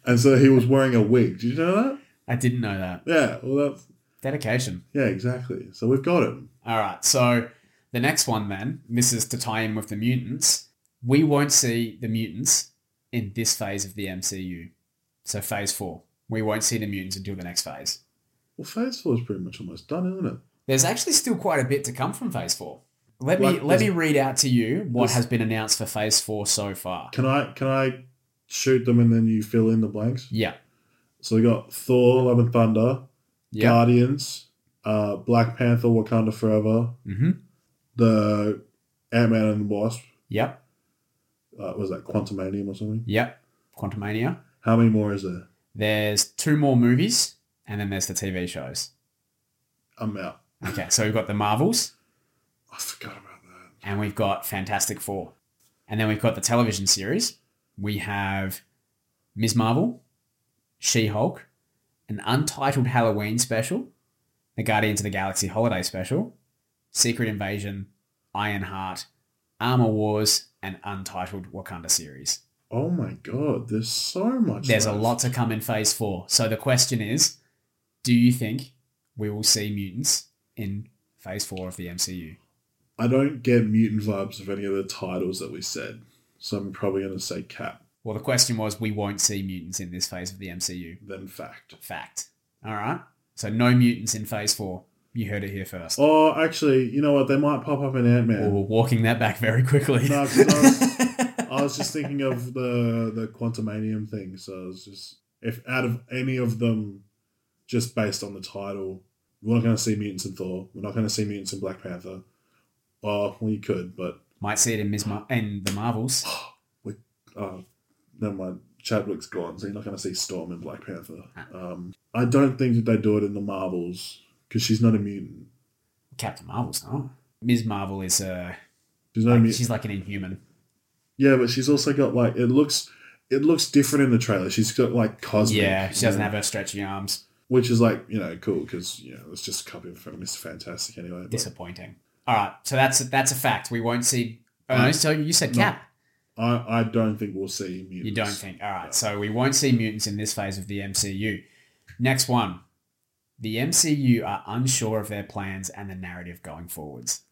Speaker 2: and so he was wearing a wig. Did you know that?
Speaker 1: I didn't know that.
Speaker 2: Yeah. Well, that's
Speaker 1: Dedication.
Speaker 2: yeah, exactly. So we've got him.
Speaker 1: All right. So the next one then, this is to tie in with the mutants. We won't see the mutants in this phase of the MCU. So phase four. We won't see the mutants until the next phase.
Speaker 2: Well, Phase Four is pretty much almost done, isn't it?
Speaker 1: There's actually still quite a bit to come from phase four. Let me
Speaker 2: Like
Speaker 1: let
Speaker 2: this-
Speaker 1: me read out to you what
Speaker 2: this-
Speaker 1: has been announced for phase four so far.
Speaker 2: Can I can I shoot them and then you fill in the blanks?
Speaker 1: Yeah.
Speaker 2: So we got Thor, Love and Thunder,
Speaker 1: Yeah.
Speaker 2: Guardians, uh, Black Panther, Wakanda Forever,
Speaker 1: Mm-hmm.
Speaker 2: the Ant Man and the Wasp.
Speaker 1: Yep.
Speaker 2: Uh, was that Quantumanium or something?
Speaker 1: Yep. Quantumania.
Speaker 2: How many more is there?
Speaker 1: There's two more movies, and then there's the TV shows.
Speaker 2: I'm out.
Speaker 1: Okay, so we've got the Marvels,
Speaker 2: I forgot about that.
Speaker 1: and we've got Fantastic Four. And then we've got the television series. We have Ms. Marvel, She Hulk, an untitled Halloween special, the Guardians of the Galaxy holiday special, Secret Invasion, Ironheart, Armor Wars, and Untitled Wakanda series.
Speaker 2: Oh my god, there's so much.
Speaker 1: There's a
Speaker 2: left.
Speaker 1: lot to come in phase four. So the question is do you think we will see mutants in phase four of the MCU?
Speaker 2: I don't get mutant vibes of any of the titles that we said, so I'm probably going to say Cap.
Speaker 1: Well, the question was we won't see mutants in this phase of the MCU.
Speaker 2: Then fact.
Speaker 1: fact. All right. So no mutants in Phase Four. You heard it here first.
Speaker 2: Oh, actually, you know what? They might pop up in Ant
Speaker 1: Well,
Speaker 2: Man.
Speaker 1: we're walking that back very quickly.
Speaker 2: No, 'cause I was- I was just thinking of the the Quantumanium thing. So I was just if out of any of them, just based on the title, we're not going to see mutants in Thor. We're not going to see mutants in Black Panther. Oh, well, you could, but
Speaker 1: Might see it in Ms. Mar- in the Marvels.
Speaker 2: oh, never mind. Chadwick's gone, so you're not going to see Storm in Black Panther.
Speaker 1: Ah.
Speaker 2: Um, I don't think that they do it in the Marvels because she's not a mutant.
Speaker 1: Captain Marvel's not. Ms. Marvel is uh,
Speaker 2: She's not a mutant.
Speaker 1: she's like an Inhuman.
Speaker 2: Yeah, but she's also got like it looks it looks different in the trailer. She's got like cosmic.
Speaker 1: Yeah, she doesn't
Speaker 2: you know,
Speaker 1: have her stretchy arms.
Speaker 2: which is like you know cool because you know it's just a copy of Mr. Fantastic anyway. but
Speaker 1: Disappointing. All right. So that's that's a fact. We won't see. Oh, no, so you said Cap.
Speaker 2: I I don't think we'll see mutants.
Speaker 1: You don't think. All right. So we won't see mutants in this phase of the MCU. Next one. The MCU are unsure of their plans and the narrative going forwards.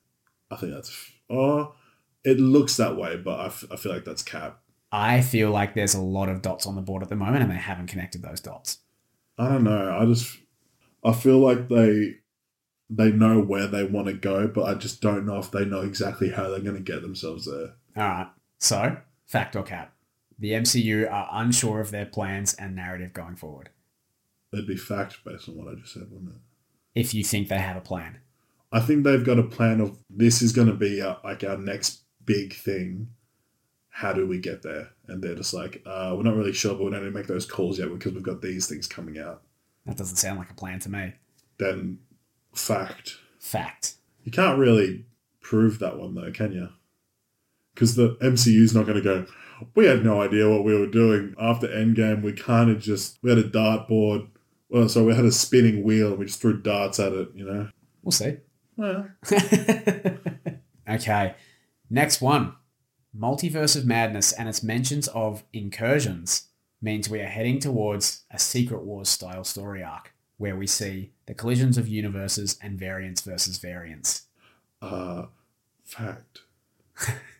Speaker 2: I think that's oh, it looks that way, but I, f- I feel like that's cap.
Speaker 1: I feel like there's a lot of dots on the board at the moment, and they haven't connected those dots.
Speaker 2: I don't know. I just I feel like they they know where they want to go, but I just don't know if they know exactly how they're going to get themselves there.
Speaker 1: All right. So, fact or cap? The MCU are unsure of their plans and narrative going forward.
Speaker 2: It'd be fact based on what I just said, wouldn't it?
Speaker 1: If you think they have a plan,
Speaker 2: I think they've got a plan of this is going to be our, like our next big thing. How do we get there? And they're just like, uh, we're not really sure, but we don't need to make those calls yet because we've got these things coming out.
Speaker 1: that doesn't sound like a plan to me.
Speaker 2: Then, fact.
Speaker 1: Fact.
Speaker 2: You can't really prove that one though, can you? Because the MCU's not going to go. We had no idea what we were doing after Endgame. We kind of just we had a dartboard. Well, so we had a spinning wheel and we just threw darts at it. You know.
Speaker 1: We'll see.
Speaker 2: Well,
Speaker 1: okay. Next one. Multiverse of Madness and its mentions of incursions means we are heading towards a Secret Wars style story arc where we see the collisions of universes and variants versus variants.
Speaker 2: uh, fact.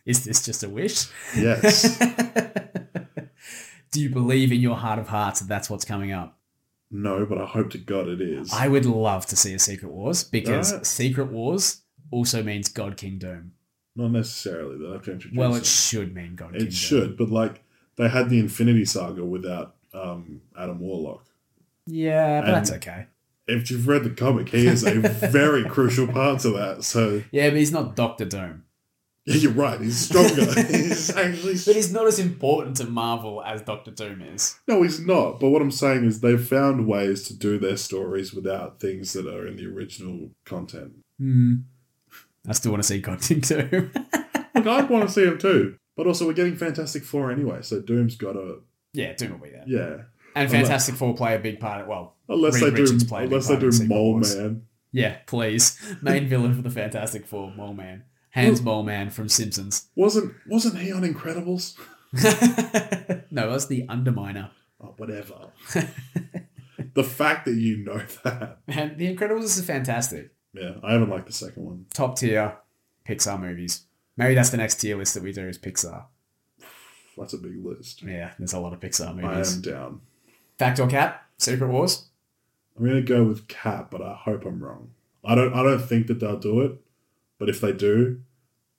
Speaker 1: Is this just a wish?
Speaker 2: Yes.
Speaker 1: Do you believe in your heart of hearts that that's what's coming up?
Speaker 2: no, but I hope to God it is.
Speaker 1: I would love to see a Secret Wars because
Speaker 2: Right.
Speaker 1: Secret Wars also means God King Doom.
Speaker 2: not necessarily. They have to introduce.
Speaker 1: Well, it
Speaker 2: it,
Speaker 1: should mean God King
Speaker 2: it should, but like they had the Infinity Saga without um, Adam Warlock.
Speaker 1: Doom. Yeah, but
Speaker 2: And-
Speaker 1: that's okay.
Speaker 2: If you've read the comic, he is a very crucial part to that. So
Speaker 1: Yeah, but he's not Doctor Doom.
Speaker 2: Yeah, you're right. He's stronger. he's actually
Speaker 1: But he's not as important to Marvel as Doctor Doom is.
Speaker 2: no, he's not. But what I'm saying is they've found ways to do their stories without things that are in the original content.
Speaker 1: Hmm. I still want to see God King Doom.
Speaker 2: Like I'd want to see him too. But also, we're getting Fantastic Four anyway, so Doom's got to
Speaker 1: yeah, Doom will be there.
Speaker 2: yeah.
Speaker 1: And Fantastic Four play a big part. Well,
Speaker 2: Unless they
Speaker 1: Reed Richards
Speaker 2: do,
Speaker 1: played a big
Speaker 2: unless they
Speaker 1: part in
Speaker 2: do
Speaker 1: Secret
Speaker 2: Mole
Speaker 1: Wars.
Speaker 2: Man.
Speaker 1: yeah, please. Main villain for the Fantastic Four, Mole Man. Hans Mole Man from Simpsons.
Speaker 2: Wasn't wasn't he on Incredibles?
Speaker 1: no, that's the Underminer.
Speaker 2: Oh, whatever. the fact that you know that.
Speaker 1: Man, The Incredibles is fantastic.
Speaker 2: Yeah, I haven't liked the second one.
Speaker 1: Top tier Pixar movies. Maybe that's the next tier list that we do is Pixar.
Speaker 2: That's a big list.
Speaker 1: Yeah, there's a lot of Pixar
Speaker 2: I
Speaker 1: movies.
Speaker 2: am down.
Speaker 1: Fact or Cap? Secret Wars?
Speaker 2: I'm gonna go with Cap, but I hope I'm wrong. I don't. I don't think that they'll do it, but if they do,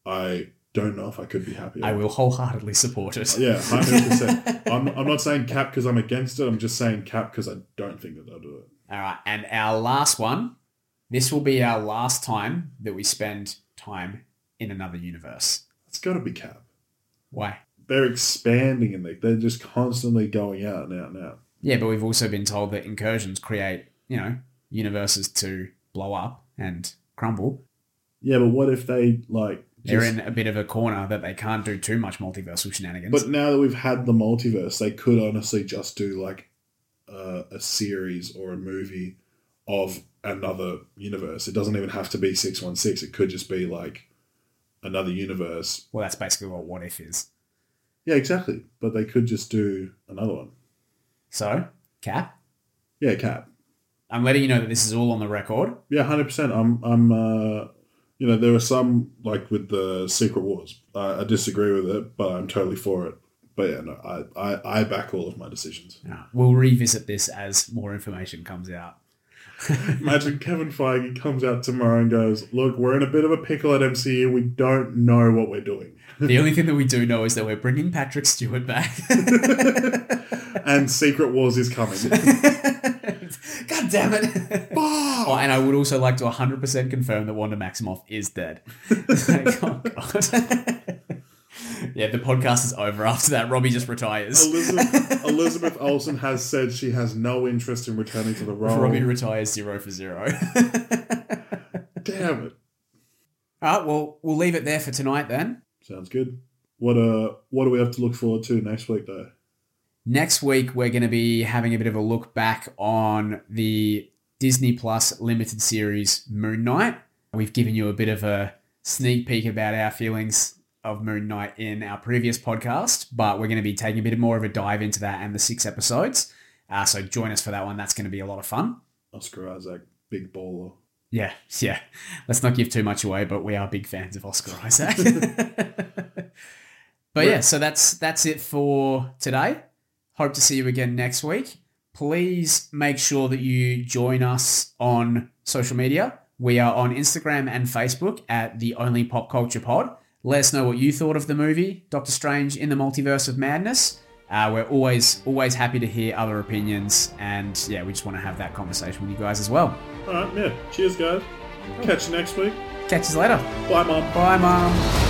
Speaker 2: I don't know if I could be happier.
Speaker 1: I will wholeheartedly support it.
Speaker 2: Yeah, hundred percent. I'm. I'm not saying Cap because I'm against it. I'm just saying Cap because I don't think that they'll do it.
Speaker 1: All right, and our last one. This will be our last time that we spend time in another universe.
Speaker 2: It's got to be Cap.
Speaker 1: Why?
Speaker 2: They're expanding and they they're just constantly going out and out and out.
Speaker 1: Yeah, but we've also been told that incursions create, you know, universes to blow up and crumble.
Speaker 2: Yeah, but what if they like?
Speaker 1: They're
Speaker 2: just-
Speaker 1: in a bit of a corner that they can't do too much multiversal shenanigans.
Speaker 2: But now that we've had the multiverse, they could honestly just do like uh, a series or a movie of another universe. It doesn't even have to be 616. It could just be like another universe.
Speaker 1: well, that's basically what What If is.
Speaker 2: Yeah, exactly. But they could just do another one.
Speaker 1: So, Cap,
Speaker 2: Yeah, Cap.
Speaker 1: I'm letting you know that this is all on the record.
Speaker 2: Yeah, 100%. I'm, I'm, uh, you know, there were some like with the Secret Wars. I I disagree with it, but I'm totally for it. But yeah, no, I, I, I back all of my decisions.
Speaker 1: Uh, we'll revisit this as more information comes out.
Speaker 2: Imagine Kevin Feige comes out tomorrow and goes, "Look, we're in a bit of a pickle at MCU. We don't know what we're doing."
Speaker 1: the only thing that we do know is that we're bringing Patrick Stewart back.
Speaker 2: and Secret Wars is coming.
Speaker 1: God damn it. Oh, and I would also like to 100% confirm that Wanda Maximoff is dead. Like, oh, God. yeah, the podcast is over after that. Robbie just retires.
Speaker 2: Elizabeth, Elizabeth Olsen has said she has no interest in returning to the role.
Speaker 1: Robbie retires zero for zero.
Speaker 2: Damn it!
Speaker 1: All right, well, we'll leave it there for tonight then.
Speaker 2: Sounds good. What uh, what do we have to look forward to next week though?
Speaker 1: Next week, we're going to be having a bit of a look back on the Disney Plus limited series Moon Knight. We've given you a bit of a sneak peek about our feelings of Moon Knight in our previous podcast, but we're going to be taking a bit more of a dive into that and the six episodes. Uh, so join us for that one. That's going to be a lot of fun.
Speaker 2: Oscar Isaac, big baller.
Speaker 1: Yeah, yeah. Let's not give too much away, but we are big fans of Oscar Isaac. but yeah, so that's that's it for today. Hope to see you again next week. Please make sure that you join us on social media. We are on Instagram and Facebook at the Only Pop Culture Pod. Let us know what you thought of the movie Doctor Strange in the Multiverse of Madness. Uh, we're always always happy to hear other opinions, and yeah, we just want to have that conversation with you guys as well.
Speaker 2: All right, yeah. Cheers, guys. Catch you next week.
Speaker 1: Catch you later.
Speaker 2: Bye, mum.
Speaker 1: Bye, mum.